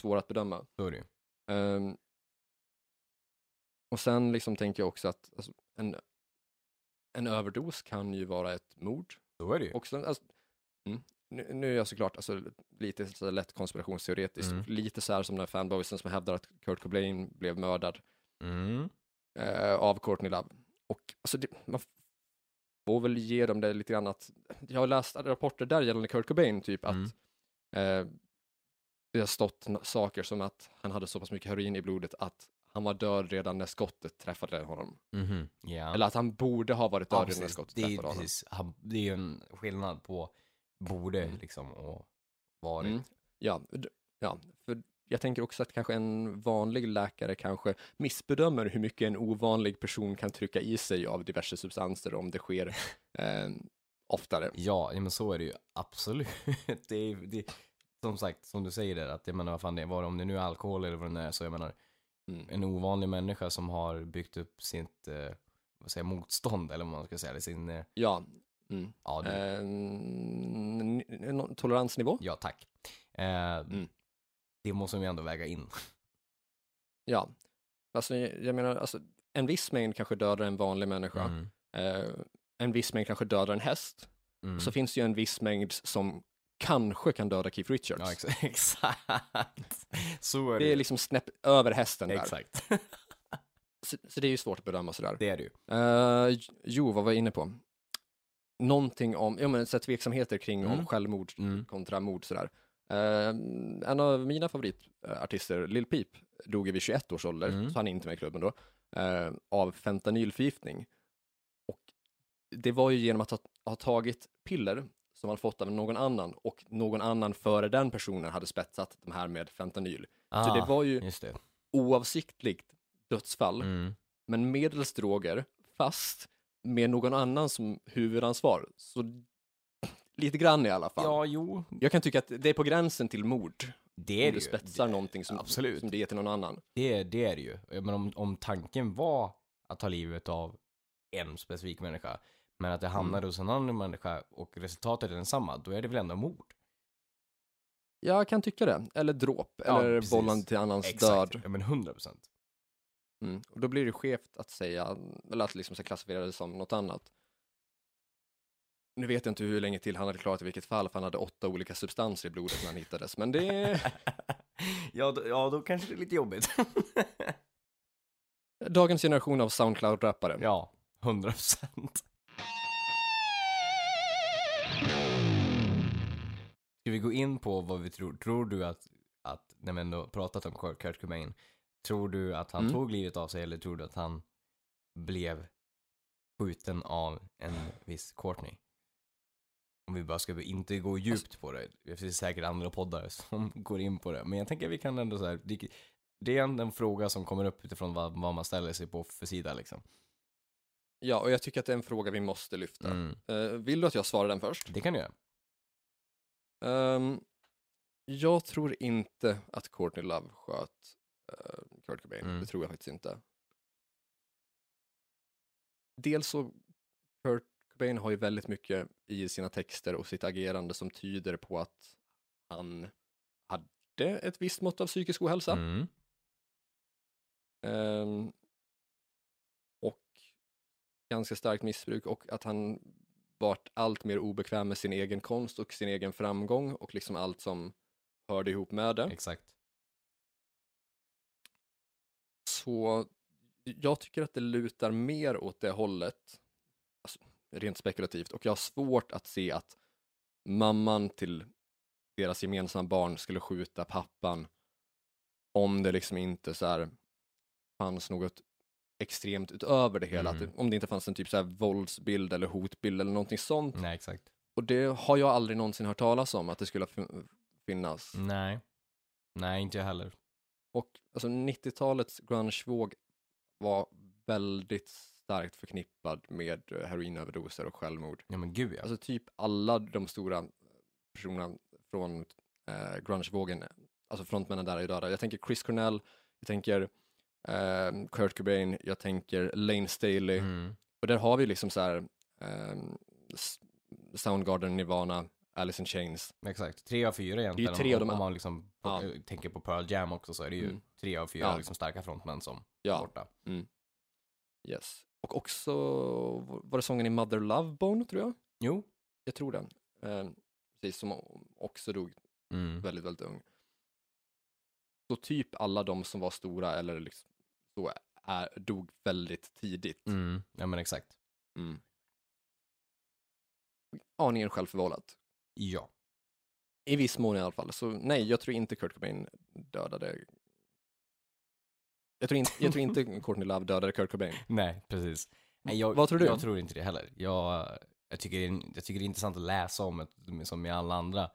svår att bedöma. så är det ju. Ehm, och sen liksom tänker jag också att alltså, en, en överdos kan ju vara ett mord. Så är det ju. Också, alltså, mm, nu, nu är jag såklart alltså, lite så här lätt konspirationsteoretisk, Mm. lite så här som den här fanboysen som hävdar att Kurt Cobain blev mördad Mm. eh, av Courtney Love. Och alltså, det, man får väl ge dem det lite grann att, jag har läst rapporter där gällande Kurt Cobain, typ att Mm. Eh, det har stått n- saker som att han hade så pass mycket heroin i blodet att han var död redan när skottet träffade honom. Mm-hmm. Mhm. Ja. Eller att han borde ha varit död Ja, redan när precis. skottet det är, ju träffade honom. precis. Han, det är ju en skillnad på borde Mm. liksom och varit. Mm. Ja, d- ja, för jag tänker också att kanske en vanlig läkare kanske missbedömer hur mycket en ovanlig person kan trycka i sig av diverse substanser om det sker eh, oftare. Ja, ja, men så är det ju absolut. Det är, det, som sagt, som du säger där, att jag menar vad fan det var, om det nu är alkohol eller vad det nu är, så jag menar Mm. en ovanlig människa som har byggt upp sitt, eh, vad säger jag, motstånd eller vad man ska säga, eller sin, eh, Ja. Mm. ja, det, Eh, n- n- toleransnivå? ja tack. Eh, Mm. Det måste vi ändå väga in. Ja. Alltså, jag menar, alltså, en viss mängd kanske dödar en vanlig människa. Mm. Eh, en viss mängd kanske dödar en häst. Mm. Så finns det ju en viss mängd som kanske kan döda Keith Richards. Ja, ex- exakt. Så är det, det ju. är liksom snäpp över hästen där. Exakt. Så, så det är ju svårt att bedöma sådär. Det är det ju. Eh, jo, vad var jag inne på? Någonting om, ja men så här tveksamheter kring om Mm. självmord Mm. kontra mord sådär. Eh, en av mina favoritartister, Lil Peep, dog ju vid 21 års ålder, Mm. så han är inte med i klubben då, eh, av fentanylförgiftning. Och det var ju genom att ha, ha tagit piller som han fått av någon annan och någon annan före den personen hade spetsat de här med fentanyl. Så det Ah, var ju Just det. oavsiktligt dödsfall, Mm. men medelst droger, fast med någon annan som huvudansvar. Så lite grann i alla fall. Ja, jo. Jag kan tycka att det är på gränsen till mord. Det är om du det ju. spetsar någonting som, absolut. som det är till någon annan. Det, det är det ju. Men om, om tanken var att ta livet av en specifik människa, men att det hamnade hos en annan människa och resultatet är densamma, då är det väl ändå mord? Jag kan tycka det. Eller dråp. Ja, eller precis. vållande till annans död. Ja, men 100 procent. Mm. Och då blir det skevt att säga, eller att liksom så här klassificera det som något annat. Nu vet jag inte hur länge till han hade klarat i vilket fall, för han hade åtta olika substanser i blodet när han hittades. Men det, ja, då, ja, då kanske det är lite jobbigt. dagens generation av Soundcloud-rappare. ja, 100 procent. Ska vi gå in på vad vi tror? Tror du att, att när vi ändå pratat om Kurt- Kurt Cobain, tror du att han Mm. tog livet av sig eller tror du att han blev skjuten av en viss Courtney? Om vi bara ska inte gå djupt på det. Det finns säkert andra poddar som går in på det. Men jag tänker att vi kan ändå så här, det, det är en, en fråga som kommer upp utifrån vad, vad man ställer sig på för sida liksom. Ja, och jag tycker att det är en fråga vi måste lyfta. Mm. Eh, vill du att jag svarar den först? Det kan du göra. Ehm, jag tror inte att Courtney Love sköt uh, Kurt Cobain. Mm. Det tror jag faktiskt inte. Dels så, Kurt Cobain har ju väldigt mycket i sina texter och sitt agerande som tyder på att han hade ett visst mått av psykisk ohälsa. Mm. Ehm, och ganska starkt missbruk och att han varit allt mer obekväm med sin egen konst och sin egen framgång och liksom allt som hörde ihop med det. Exakt. Så jag tycker att det lutar mer åt det hållet, alltså, rent spekulativt, och jag har svårt att se att mamman till deras gemensamma barn skulle skjuta pappan om det liksom inte så här fanns något extremt utöver det hela, Mm. att det, om det inte fanns en typ så här våldsbild eller hotbild eller någonting sånt. Nej, exakt. Och det har jag aldrig någonsin hört talas om att det skulle fin- finnas. Nej. Nej, inte jag heller. Och alltså 90-talets grungevåg var väldigt starkt förknippad med eh, heroinöverdoser och självmord. Ja, men gud ja. Alltså typ alla de stora eh, personerna från eh, grungevågen, alltså frontmännen där är ju döda. Jag tänker Chris Cornell, jag tänker eh, Kurt Cobain, jag tänker Lane Staley. mm. Och där har vi liksom så här ehm, S- Soundgarden, Nirvana, Alice in Chains. Exakt. Tre av fyra egentligen. tre av om, de- om man liksom Ja. eh, tänker på Pearl Jam också så är det ju Mm. tre av fyra Ja. liksom starka frontmän som Ja. är borta. Yes. Och också, var det sången i Mother Love Bone tror jag? Jo. jag tror den. Eh, precis, som o- också dog Mm. väldigt, väldigt ung. Så typ alla de som var stora eller liksom, så är, dog väldigt tidigt. Mm. Ja, men exakt. Mm. Aningen självförvållat. Ja. I viss mån i alla fall. Så nej, jag tror inte Kurt Cobain dödade jag tror, inte, jag tror inte Courtney Love dödade Kurt Cobain. Nej, precis. Nej, jag, Vad tror du? Jag tror inte det heller. Jag, jag, tycker, det är- jag tycker det är intressant att läsa om, ett, som i alla andra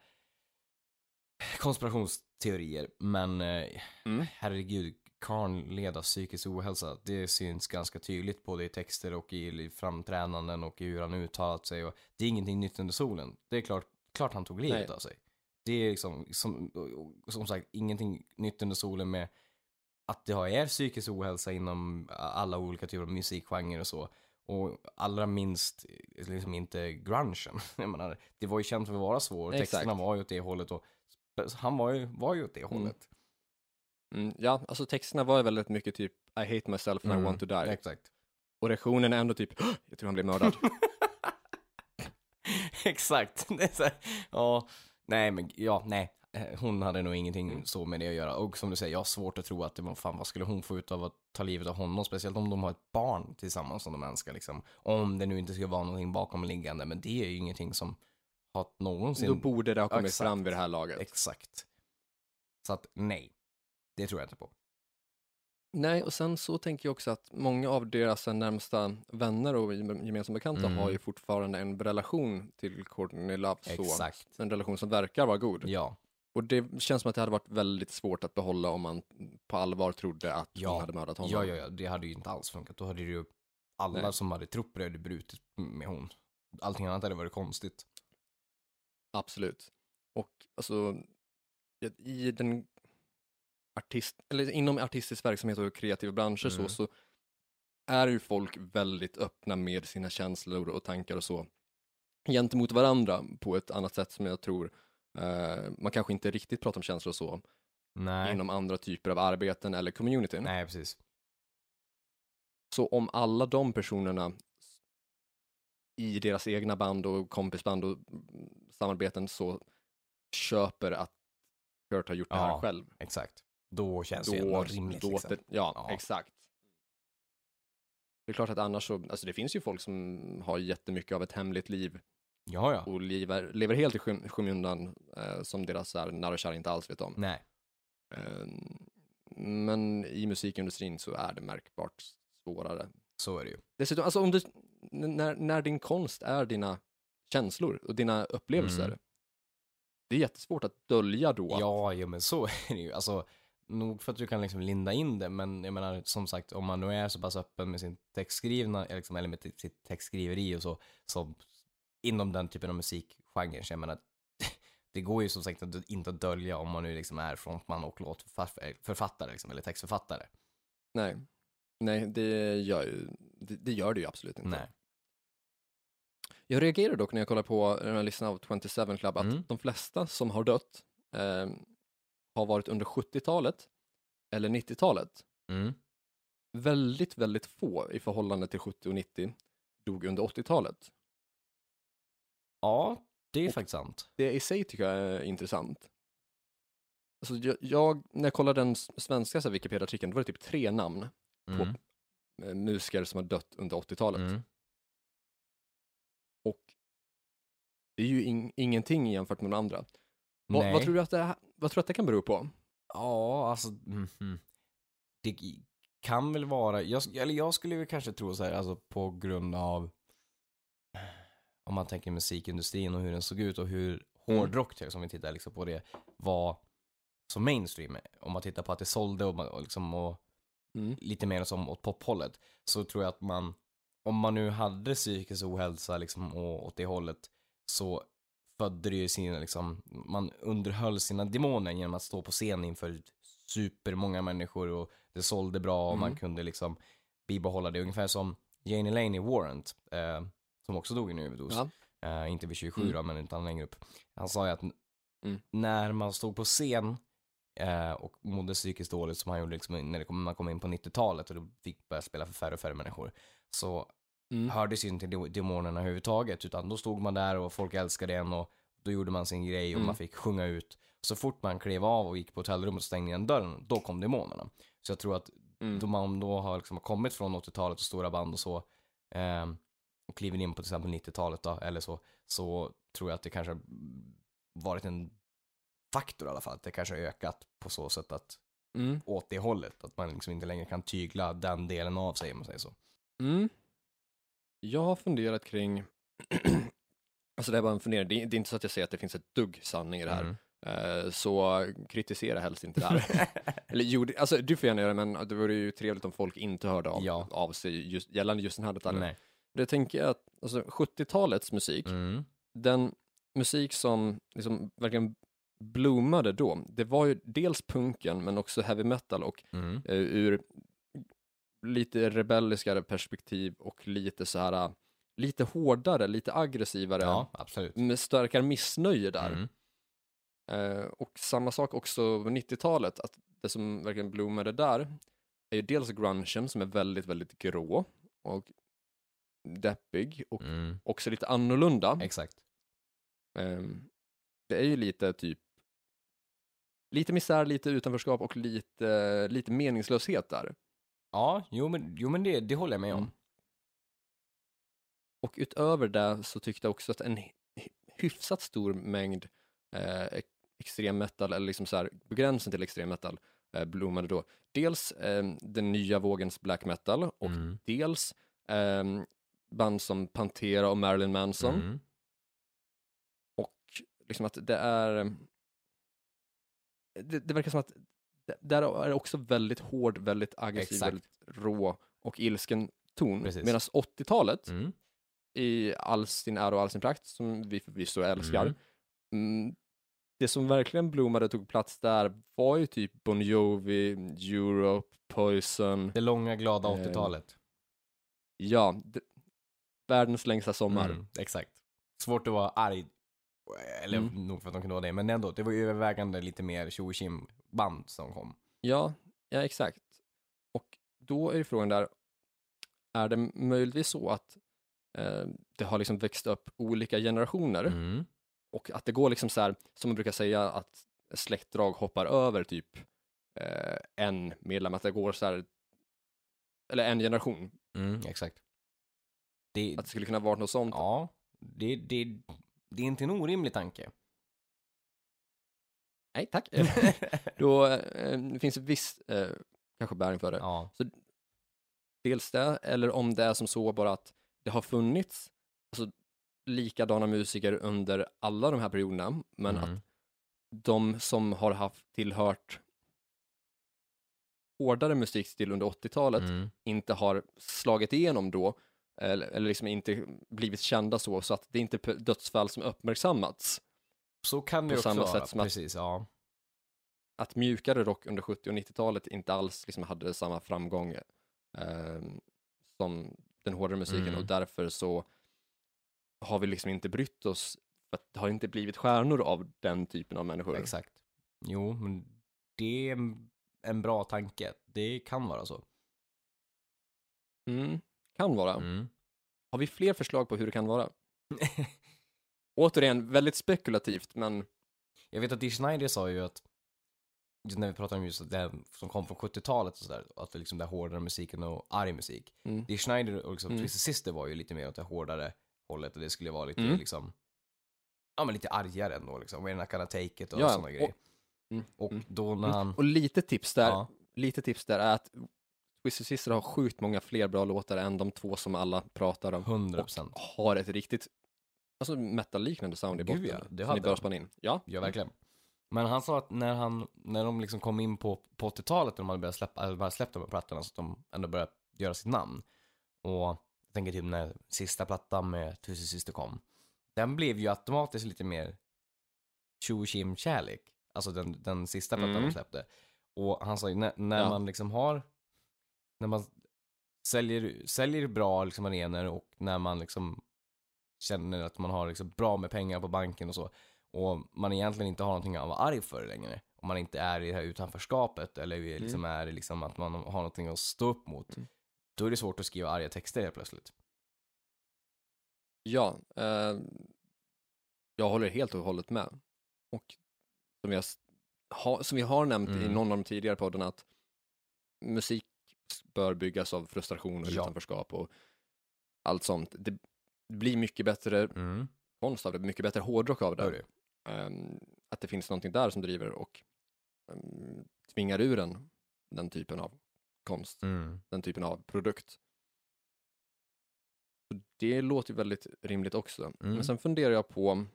konspirationsteorier, men eh, Mm. herregud, karln led av psykisk ohälsa. Det syns ganska tydligt både i texter och i framträdanden och i hur han uttalat sig. Och det är ingenting nytt under solen. Det är klart, klart han tog livet Nej. av sig. Det är liksom, som, och- och som sagt, ingenting nytt under solen med att det har är psykisk ohälsa inom alla olika typer av musikgenrer och så. Och allra minst eh, liksom inte grungen. Jag menar, det var ju känt för att vara svår. Exakt. Texterna var ju åt det hållet och han var ju, var ju åt det hållet. Mm, ja, alltså texterna var ju väldigt mycket typ I hate myself and I Mm, want to die. Exakt. Och reaktionen är ändå typ "Åh, jag tror han blev mördad. Exakt. Det är så här, ja, nej men ja, nej. Eh, Hon hade nog ingenting Mm. så med det att göra. Och som du säger, jag har svårt att tro att det var fan vad skulle hon få ut av att ta livet av honom? Speciellt om de har ett barn tillsammans som de önskar liksom. Om det nu inte ska vara någonting bakomliggande, men det är ju ingenting som har någonsin... Då borde det ha kommit Exakt. fram vid det här laget. Exakt. Så att nej, det tror jag inte på. Nej, och sen så tänker jag också att många av deras närmsta vänner och gem- gemensamma bekanta Mm. har ju fortfarande en relation till Courtney Love. Så Exakt. en relation som verkar vara god. Ja, Och det känns som att det hade varit väldigt svårt att behålla om man på allvar trodde att Ja. hon hade mördat honom. ja, ja, ja, det hade ju inte alls funkat. Då hade det ju alla Nej. som hade trott på det hade brutit med hon. Allting annat hade varit konstigt. Absolut. Och alltså, i- i den artist, eller inom artistisk verksamhet och kreativa branscher så, Mm. så är ju folk väldigt öppna med sina känslor och tankar och så gentemot varandra på ett annat sätt som jag tror eh, man kanske inte riktigt pratar om känslor och så Nej. inom andra typer av arbeten eller communityn. Nej, precis. Så om alla de personerna i deras egna band och kompisband och mm, samarbeten så köper att Kurt har gjort det här Ja, själv. Exakt. Då känns det ju Då, ändå rimligt. då, liksom. det, ja, Ja. exakt. Det är klart att annars så, alltså det finns ju folk som har jättemycket av ett hemligt liv Ja, ja. och lever, lever helt i skym, skymundan eh, som deras så här nära och kära inte alls vet om. Nej. Eh, men i musikindustrin så är det märkbart svårare Så är det ju. Dessutom, alltså om du, n- när, när din konst är dina känslor och dina upplevelser, Mm. det är jättesvårt att dölja då. att- Ja, jo, men så är det ju. Alltså, nog för att du kan liksom linda in det, men jag menar som sagt, om man nu är så pass öppen med sin textskrivna, eller liksom, eller med sitt- sitt textskriveri och så, som inom den typen av musikgenre, så jag menar, det går ju som sagt att inte att dölja om man nu liksom är frontman och låtförfattare, liksom, eller textförfattare. Nej, nej det, gör ju, det, det gör det ju absolut inte. Nej. Jag reagerar dock när jag kollar på den här listan av 27 Club att Mm. de flesta som har dött eh, har varit under 70-talet eller 90-talet. Mm. Väldigt, väldigt få i förhållande till 70 och 90 dog under 80-talet. Ja, det är Och- faktiskt sant. det i sig tycker jag är intressant. Alltså jag, jag, när jag kollade den s- svenska så här Wikipedia-artikeln, då var det typ tre namn Mm. eh, musiker som har dött under 80-talet. Mm. Och det är ju in, ingenting jämfört med de andra. Va, vad, Nej. tror du att det, här- vad tror du att det kan bero på? Ja, alltså, mhm. det g- kan väl vara, jag, sk- eller jag skulle väl kanske tro så här, alltså på grund av, om man tänker musikindustrin och hur den såg ut och hur hårdrock, till, som vi tittar liksom på det, var som mainstream. Om man tittar på att det sålde och, man, och, liksom, och Mm. lite mer som åt pophållet, så tror jag att man, om man nu hade psykisk ohälsa liksom och åt det hållet, så födde det ju sina, liksom, man underhöll sina demoner genom att stå på scen inför supermånga människor och det sålde bra och man Mm. kunde liksom bibehålla det. Ungefär som Jane Elaine i Warrant, eh, som också dog i en överdos. Ja. Eh, inte vid 27 Mm. då, men utan längre upp. Han sa ju att n- Mm. när man stod på scen eh, och mådde psykiskt dåligt som han gjorde liksom, när det kom, man kom in på 90-talet och då fick börja spela för färre och färre människor. Så Mm. hördes ju inte de- demonerna överhuvudtaget utan då stod man där och folk älskade en och då gjorde man sin grej och Mm. man fick sjunga ut. Så fort man klev av och gick på hotellrummet och stängde igen dörren, då kom demonerna. Så jag tror att Mm. då man då har liksom kommit från 80-talet och stora band och så ehm, och kliver in på till exempel 90-talet då, eller så, så tror jag att det kanske har varit en faktor i alla fall. Att det kanske har ökat på så sätt att Mm. åt det hållet, att man liksom inte längre kan tygla den delen av sig om man säger så. Mm. Jag har funderat kring, alltså det här är bara en fundering, det är, det är inte så att jag säger att det finns ett dugg sanning i det här. Eh, Så kritisera helst inte där. Eller jo, det- alltså, du får gärna göra det, men det vore ju trevligt om folk inte hörde av, Ja. av sig just, gällande just den här detaljen. Nej. Det tänker jag att alltså, 70-talets musik, Mm. den musik som liksom verkligen blommade då, det var ju dels punken men också heavy metal och Mm. eh, ur lite rebelliskare perspektiv och lite så här, lite hårdare, lite aggressivare, Ja, absolut. med starkare missnöje där. Mm. Eh, och samma sak också på 90-talet, att det som verkligen blommade där är ju dels grungen som är väldigt, väldigt grå och deppig och Mm. också lite annorlunda. Exakt. Ehm, det är ju lite typ lite misär, lite utanförskap och lite, lite meningslöshet där. Ja, jo men, jo, men det, det håller jag med om. Mm. Och utöver det så tyckte jag också att en hy- hyfsat stor mängd eh, ex- extrem metal, eller liksom så här, på gränsen till extrem metal, eh, blommade då. Dels eh, den nya vågens black metal och Mm. dels eh, band som Pantera och Marilyn Manson. Mm. Och liksom att det är... eh, Det, det verkar som att det- där är det också väldigt hård, väldigt aggressiv, Exakt. väldigt rå och ilsken ton. Precis. Medan 80-talet Mm. i all sin ära och all sin prakt, som vi förvisso älskar, Mm. mm, det som verkligen blommade och tog plats där var ju typ Bon Jovi, Europe, Poison, Det långa glada Eh, 80-talet. ja, det, världens längsta sommar. Mm, exakt. Svårt att vara arg. Eller Mm. nog för att de kunde vara det, men ändå. Det var ju övervägande lite mer tjo och tjim band som kom. Ja, ja exakt. Och då är ju frågan där, är det möjligtvis så att eh, det har liksom växt upp olika generationer Mm. och att det går liksom så här, som man brukar säga att släktdrag hoppar över typ eh, en medlem, att det går så här, eller en generation, Mm, exakt. Det, att det skulle kunna vara något sånt. ja, det, det, det är inte en orimlig tanke. Nej tack. då eh, det finns viss eh, kanske bäring för det. ja. dels det, eller om det är som så bara att det har funnits alltså, likadana musiker under alla de här perioderna, men att Mm. de som har haft tillhört hårdare musikstil under 80-talet Mm. inte har slagit igenom då, eller, eller liksom inte blivit kända så, så att det är inte är dödsfall som uppmärksamats. Så kan det På också samma vara. sätt som att- Precis, ja. Att mjukare rock under 70 och 90-talet inte alls liksom hade samma framgång eh, som den hårdare musiken Mm. och därför så har vi liksom inte brytt oss, för att det har inte blivit stjärnor av den typen av människor. Exakt. Jo, men det är en- en bra tanke. Det kan vara så. Mm. Kan vara. Mm. Har vi fler förslag på hur det kan vara? Återigen, väldigt spekulativt, men Jag vet att Dee Schneider sa ju att, just när vi pratade om just det här som kom från 70-talet och sådär, att det liksom det här hårdare musiken och arg musik. mm. Dee Schneider och liksom Mm. Twisted Sister var ju lite mer åt det hårdare hållet och det skulle vara lite Mm. liksom, ja men lite argare ändå liksom, We're not gonna take it och Ja, sådana och- grejer. mm, och mm. då när han, och lite tips där, ja, lite tips där är att Twisted Sister har sjukt många fler bra låtar än de två som alla pratar om. 100%. har ett riktigt alltså metal-liknande sound i Gud, botten. ja, det som hade ni bör de. spana in. Ja, Ja, verkligen. Men han sa att när, han, när de liksom kom in på, på 80-talet, när de hade börjat släppa, eller bara släppt de här plattorna, så att de ändå började göra sitt namn. Och jag tänker typ när sista plattan med Tusen Syster kom, den blev ju automatiskt lite mer tjo tjim kärlek. Alltså den, den sista plattan Mm. de släppte. Och han sa ju, när, när Ja. man liksom har, när man säljer, säljer bra liksom arenor och när man liksom känner att man har liksom bra med pengar på banken och så och man egentligen inte har någonting att vara arg för längre. Om man inte är i det här utanförskapet eller vi liksom är i liksom att man har någonting att stå upp mot. Mm. Då är det svårt att skriva arga texter helt plötsligt. ja eh, jag håller helt och hållet med. Och som, jag, s- ha, som vi har nämnt i Mm. någon av de tidigare poddarna att musik bör byggas av frustration och Ja. utanförskap och allt sånt. Det blir mycket bättre Mm. konst av det, mycket bättre hårdrock av det. Hör du? Ehm, att det finns någonting där som driver och um, tvingar ur en den typen av konst. Mm. den typen av produkt. Så Det låter ju väldigt rimligt också. Mm. Men sen funderar jag på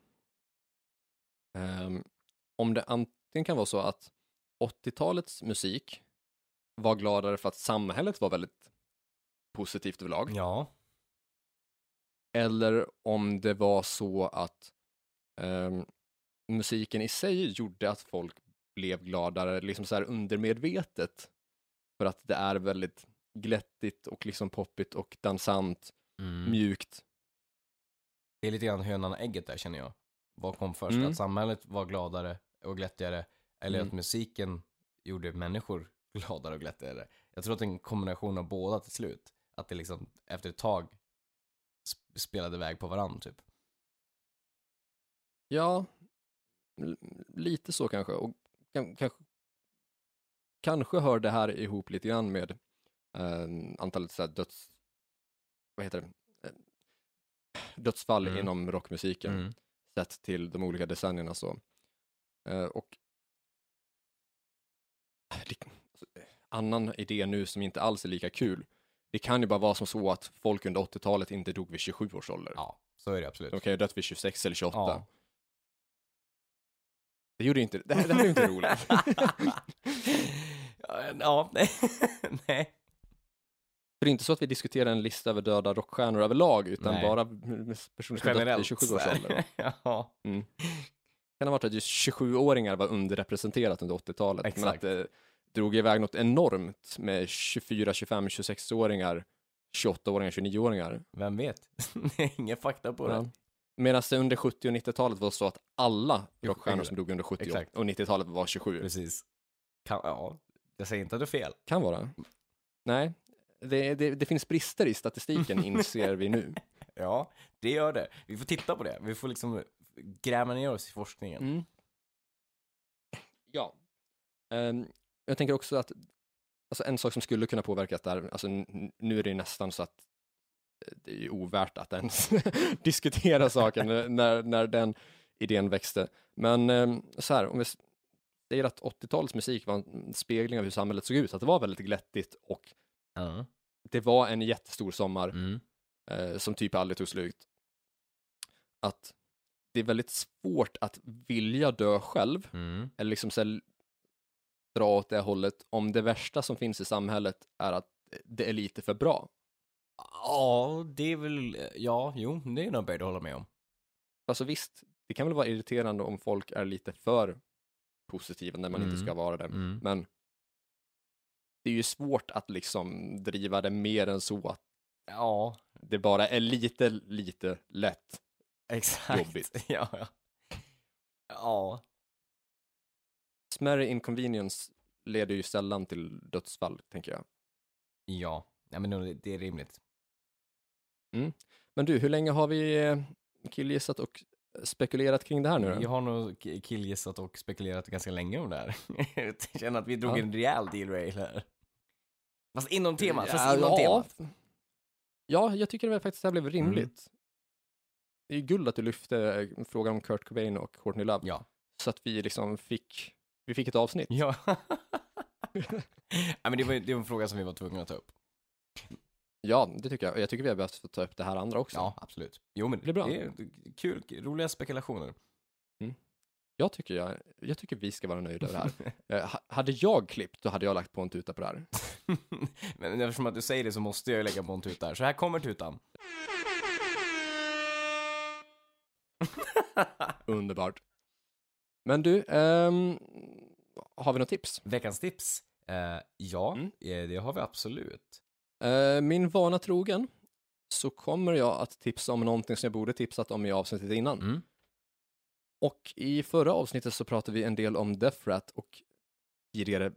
ehm, om det antingen kan vara så att 80-talets musik var gladare för att samhället var väldigt positivt överlag, Ja. eller om det var så att ehm, musiken i sig gjorde att folk blev gladare, liksom så här undermedvetet, för att det är väldigt glättigt och liksom poppigt och dansant, Mm. mjukt. Det är lite grann hönan och ägget där känner jag. Vad kom först? Mm. Att samhället var gladare och glättigare eller Mm. att musiken gjorde människor gladare och glättigare? Jag tror att det är en kombination av båda till slut. Att det liksom efter ett tag sp- spelade iväg på varandra typ. Ja, l- lite så kanske. Och kan, kanske, kanske hör det här ihop lite grann med eh, antalet så här döds... Vad heter det? Eh, Dödsfall Mm. inom rockmusiken Mm. sett till de olika decennierna. Så. Eh, och det, alltså, annan idé nu som inte alls är lika kul. Det kan ju bara vara som så att folk under 80-talet inte dog vid 27 års ålder. Ja, så är det absolut. De kan ju ha dött vid 26 eller 28. Ja. Det gjorde ju inte, det här, det här är ju inte roligt. ja, ja, nej. nej. För det är inte så att vi diskuterar en lista över döda rockstjärnor överlag, utan Nej. bara m- personer som dött vid 27 års sådär. ålder. ja. Det kan ha varit att just 27-åringar var underrepresenterat under 80-talet, men att Exakt. det drog iväg något enormt med 24, 25, 26-åringar, 28-åringar, 29-åringar. Vem vet? det är ingen fakta på Ja. det. Medan det under 70 och 90-talet var så att alla rockstjärnor Exakt. som dog under 70 Exakt. och 90-talet var 27. Precis. Kan, ja, jag säger inte att du är fel. Kan vara. Nej, det, det, det finns brister i statistiken inser vi nu. Ja, det gör det. Vi får titta på det. Vi får liksom gräva ner oss i forskningen. Ja. Ehm, jag tänker också att alltså en sak som skulle kunna påverka det här, alltså n- nu är det ju nästan så att eh, det är ju ovärt att ens diskutera saken eh, när, när den idén växte. Men ehm, så här, om vi s- säger att 80-talets musik var en spegling av hur samhället såg ut, att det var väldigt glättigt och Mm. Ja. det var en jättestor sommar Mm. eh, som typ aldrig tog slut. Att det är väldigt svårt att vilja dö själv, Mm. eller liksom så här, dra åt det hållet, om det värsta som finns i samhället är att det är lite för bra. Ja, det är väl, ja, jo, det är nog böjd att hålla med om. Alltså visst, det kan väl vara irriterande om folk är lite för positiva när man inte Mm. ska vara det, men det är ju svårt att liksom driva det mer än så att Ja, det bara är lite, lite lätt. exakt. Jobbigt. Ja, ja. Ja, Smärre inconvenience leder ju sällan till dödsfall, tänker jag. ja. ja men det- det är rimligt. Men du, hur länge har vi eh, killgissat och spekulerat kring det här nu då? Jag har nog k- killgissat och spekulerat ganska länge om det här. Jag känner att vi drog Ja. en rejäl derail här. Fast inom temat, fast Ja, inom ja. temat. Mm. Ja, jag tycker väl faktiskt det här blev rimligt. Det är ju guld att du lyfte eh, frågan om Kurt Cobain och Courtney Love, Ja. så att vi liksom fick, vi fick ett avsnitt. Ja. Nej, men det var, ju- det var en fråga som vi var tvungna att ta upp. Ja, det tycker jag. Och jag tycker vi har behövt få ta upp det här andra också. Ja, absolut. Jo, men Det blir bra. är kul, roliga spekulationer. Jag, tycker jag, jag tycker vi ska vara nöjda över det här. Eh, ha- hade jag klippt, då hade jag lagt på en tuta på det här. men eftersom att du säger det så måste jag lägga på en tuta här. Så här kommer tutan. Underbart. Men du, ehm, har vi något tips? Veckans tips. Eh, ja, Mm. eh, det har vi absolut. Eh, min vana trogen så kommer jag att tipsa om någonting som jag borde tipsat om i avsnittet innan. Mm. Och i förra avsnittet så pratade vi en del om Death Rat och tidigare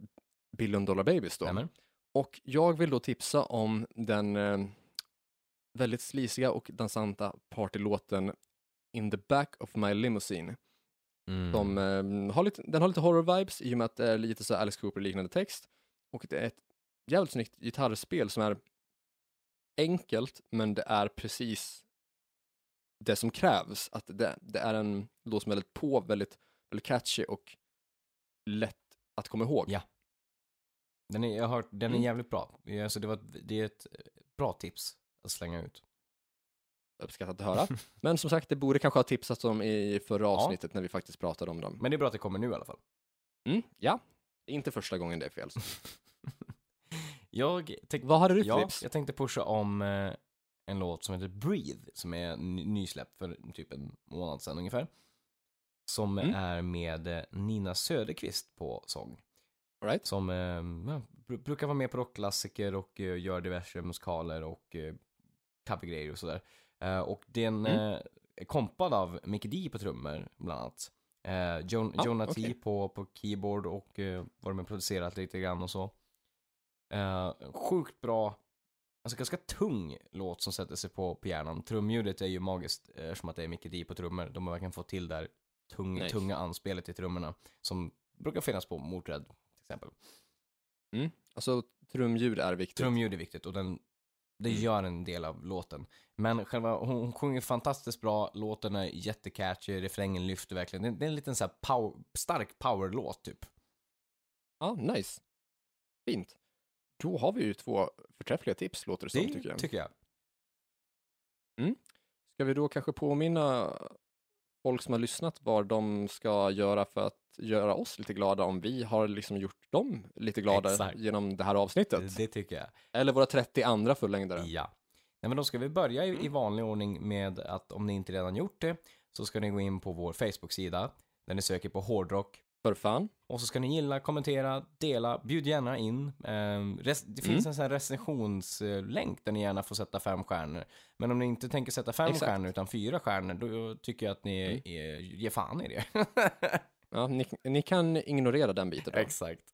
Billion Dollar Babies då. Stämmer. Och jag vill då tipsa om den eh, väldigt slisiga och dansanta partylåten In the back of my limousine. Mm. Som, eh, har lite, den har lite horror-vibes i och med att det är lite så här Alice Cooper-liknande text. Och det är ett jävligt snyggt gitarrspel som är enkelt, men det är precis det som krävs. Att det, det är en låt som är väldigt på, väldigt, väldigt catchy och lätt att komma ihåg. Ja. Den är, jag har hört, den är Mm. jävligt bra. Ja, Alltså, det, var, det är ett eh, bra tips att slänga ut. uppskattat att höra. Men som sagt, det borde kanske ha tipsats om i förra avsnittet när vi faktiskt pratade om dem. Men det är bra att det kommer nu i alla fall. Mm, ja, inte första gången det är fel. Jag tänkte... Vad hade du för Ja, tips? jag tänkte pusha om eh, en låt som heter Breathe, som är ny- nysläppt för typ en månad sedan ungefär. Som Mm. är med eh, Nina Söderqvist på sång. All right. Som eh, ja, br- brukar vara med på rockklassiker och eh, gör diverse musikaler och eh, covergrejer och sådär. Eh, och Mm. den eh, är kompad av Mickey D på trummor, bland annat. Eh, Jon- Ah, Jonah okej. T på, på keyboard och eh, var med och producerat lite grann och så. Eh, sjukt bra, alltså ganska tung låt som sätter sig på, på hjärnan. Trumljudet är ju magiskt eh, eftersom att det är Mickey D på trummor. De har verkligen fått till där tung, Nice. tunga anspelet i trummorna som brukar finnas på Motörhead till exempel. Alltså, trumljud är viktigt. Trumljud är viktigt och den, det Mm. gör en del av låten. Men själva, hon, hon sjunger fantastiskt bra, låten är jättecatchy, refrängen lyfter verkligen. Det, det är en liten så här power, stark powerlåt typ. Ja, nice. Fint. Då har vi ju två förträffliga tips, låter det som, tycker jag. Tycker jag. Ska vi då kanske påminna folk som har lyssnat vad de ska göra för att göra oss lite glada om vi har liksom gjort dem lite glada Exakt. genom det här avsnittet. Det, det tycker jag. Eller våra 30 andra fullängdare. Ja. Nej, men då ska vi börja i, i Mm. vanlig ordning med att om ni inte redan gjort det så ska ni gå in på vår Facebook-sida där ni söker på hårdrock För fan. Och så ska ni gilla, kommentera, dela, bjud gärna in. Ehm, res- det Mm. finns en sån här recensionslänk där ni gärna får sätta fem stjärnor. Men om ni inte tänker sätta fem Exakt. Mm. stjärnor utan fyra stjärnor, då tycker jag att ni är, ger fan i det. Ja, ni, ni kan ignorera den biten. Då. Exakt.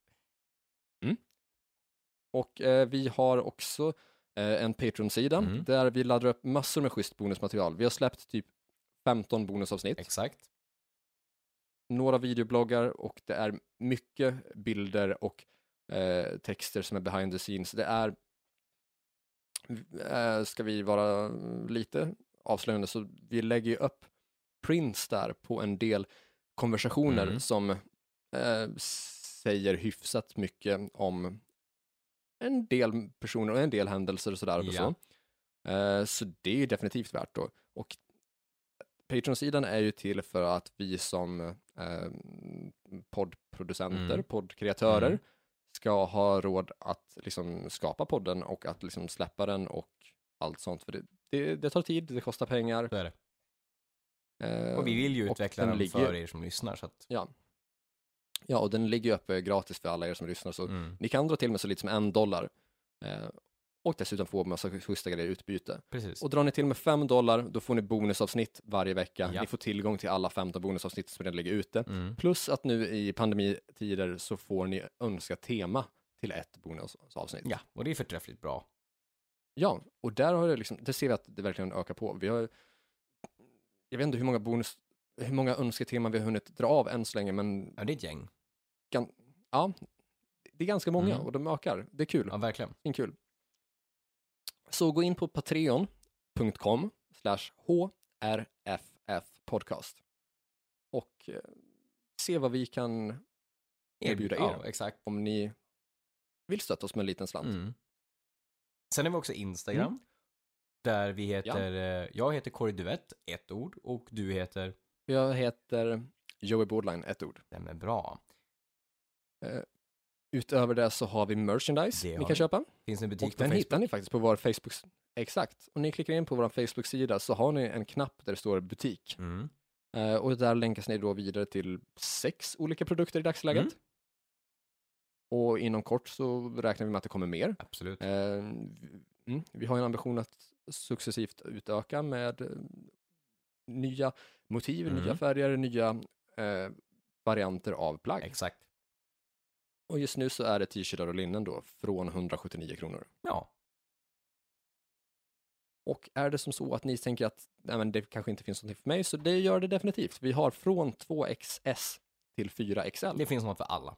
Och eh, vi har också eh, en Patreon-sida Mm. där vi laddar upp massor med schysst bonusmaterial. Vi har släppt typ 15 bonusavsnitt, Exakt. några videobloggar och det är mycket bilder och eh, texter som är behind the scenes. Det är, eh, ska vi vara lite avslöjande, så vi lägger ju upp prints där på en del konversationer Mm. som eh, säger hyfsat mycket om en del personer och en del händelser och sådär. Och Ja. så. Eh, så det är ju definitivt värt då. Och Patreon-sidan är ju till för att vi som eh, poddproducenter, Mm. poddkreatörer, Mm. ska ha råd att liksom skapa podden och att liksom släppa den och allt sånt. För det, det, det tar tid, det kostar pengar. Så är det. eh, Och vi vill ju och utveckla den, ligger- för er som lyssnar. Så att, Ja, och den ligger ju uppe gratis för alla er som lyssnar. Så mm. Ni kan dra till med så lite som en dollar eh, och dessutom få massa schyssta grejer i utbyte. Precis. Och drar ni till med fem dollar, då får ni bonusavsnitt varje vecka. Ja. Ni får tillgång till alla 15 bonusavsnitt som redan ligger ute. Mm. Plus att nu i pandemitider så får ni önska tema till ett bonusavsnitt. Ja, och det är förträffligt bra. Ja, och där har det liksom, det ser vi att det verkligen ökar på. Vi har, jag vet inte hur många bonus, hur många önsketeman vi har hunnit dra av än så länge, men Ja, det är ett gäng. ja, det är ganska många Mm. och de ökar. Det är kul. Ja, verkligen. Svinkul. Så gå in på patreon.com slash hrff podcast och eh, se vad vi kan Erbjuda er. Ja, exakt. om ni vill stötta oss med en liten slant. Mm. Sen har vi också Instagram. Mm. Där vi heter, eh, jag heter Kåre Duett, ett ord, och du heter, Jag heter Joey Bordline, ett ord. den är bra. Utöver det så har vi merchandise Det ni har kan vi. köpa. Finns det en Och butik på den Facebook? hittar ni faktiskt på vår Facebook. Exakt. Om ni klickar in på vår Facebook-sida så har ni en knapp där det står butik. Mm. Eh, och där länkas ni då vidare till sex olika produkter i dagsläget. Mm. Och inom kort så räknar vi med att det kommer mer. Absolut. Eh, vi- mm, vi har en ambition att successivt utöka med eh, nya motiv, Mm. nya färger, nya eh, varianter av plagg. Exakt. Och just nu så är det t-shirtar och linnen då från 179 kronor. Ja, Och är det som så att ni tänker att Nej, men det kanske inte finns någonting för mig, så det gör det definitivt. Vi har från 2XS till 4XL. det finns något för alla.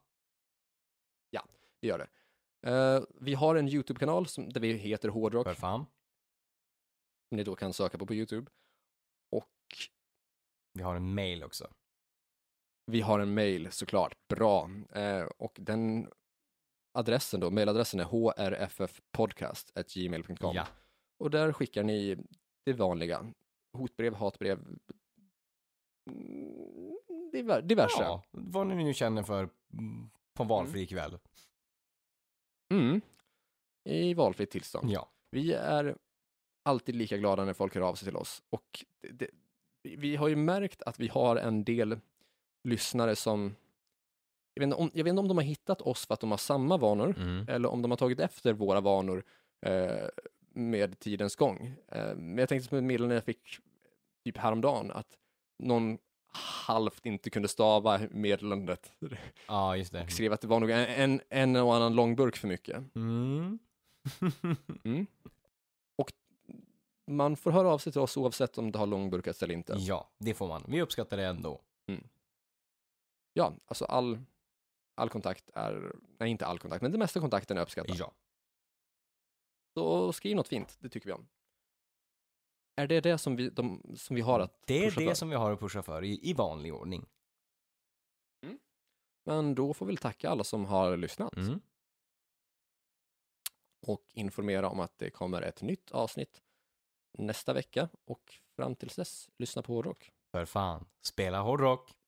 Det gör det. Eh, vi har en YouTube-kanal som, där vi heter Hårdrock, För fan. som ni då kan söka på på YouTube. Och Vi har en mail också. vi har en mail såklart, bra. Eh, och den adressen då, mailadressen är hrffpodcast.gmail.com. Ja. Och där skickar ni det vanliga, hotbrev, hatbrev, mm, diver- diverse. Ja, vad ni nu känner för mm, på en valfri kväll. Mm. I valfritt tillstånd. Ja. Vi är alltid lika glada när folk hör av sig till oss. Och det, det, vi har ju märkt att vi har en del lyssnare som... Jag vet, inte om, jag vet inte om de har hittat oss för att de har samma vanor, eller om de har tagit efter våra vanor eh, med tidens gång. Eh, men jag tänkte på ett meddelande jag fick typ häromdagen, att någon halvt inte kunde stava meddelandet. Mm. Ja, just det. Skrev att det var nog en, en, en och annan långburk för mycket. Mm. Man får höra av sig till oss oavsett om det har långburkats eller inte. ja, det får man. Vi uppskattar det ändå. Ja, alltså all, all kontakt är, nej inte all kontakt, men det mesta kontakten är uppskattad. Ja. Så skriv något fint, det tycker vi om. Är det det som vi, de, som vi har att Det är pusha det för? som vi har att pusha för i, i vanlig ordning. Men då får vi väl tacka alla som har lyssnat Mm. och informera om att det kommer ett nytt avsnitt nästa vecka och fram tills dess, lyssna på hårdrock. För fan, spela hårdrock.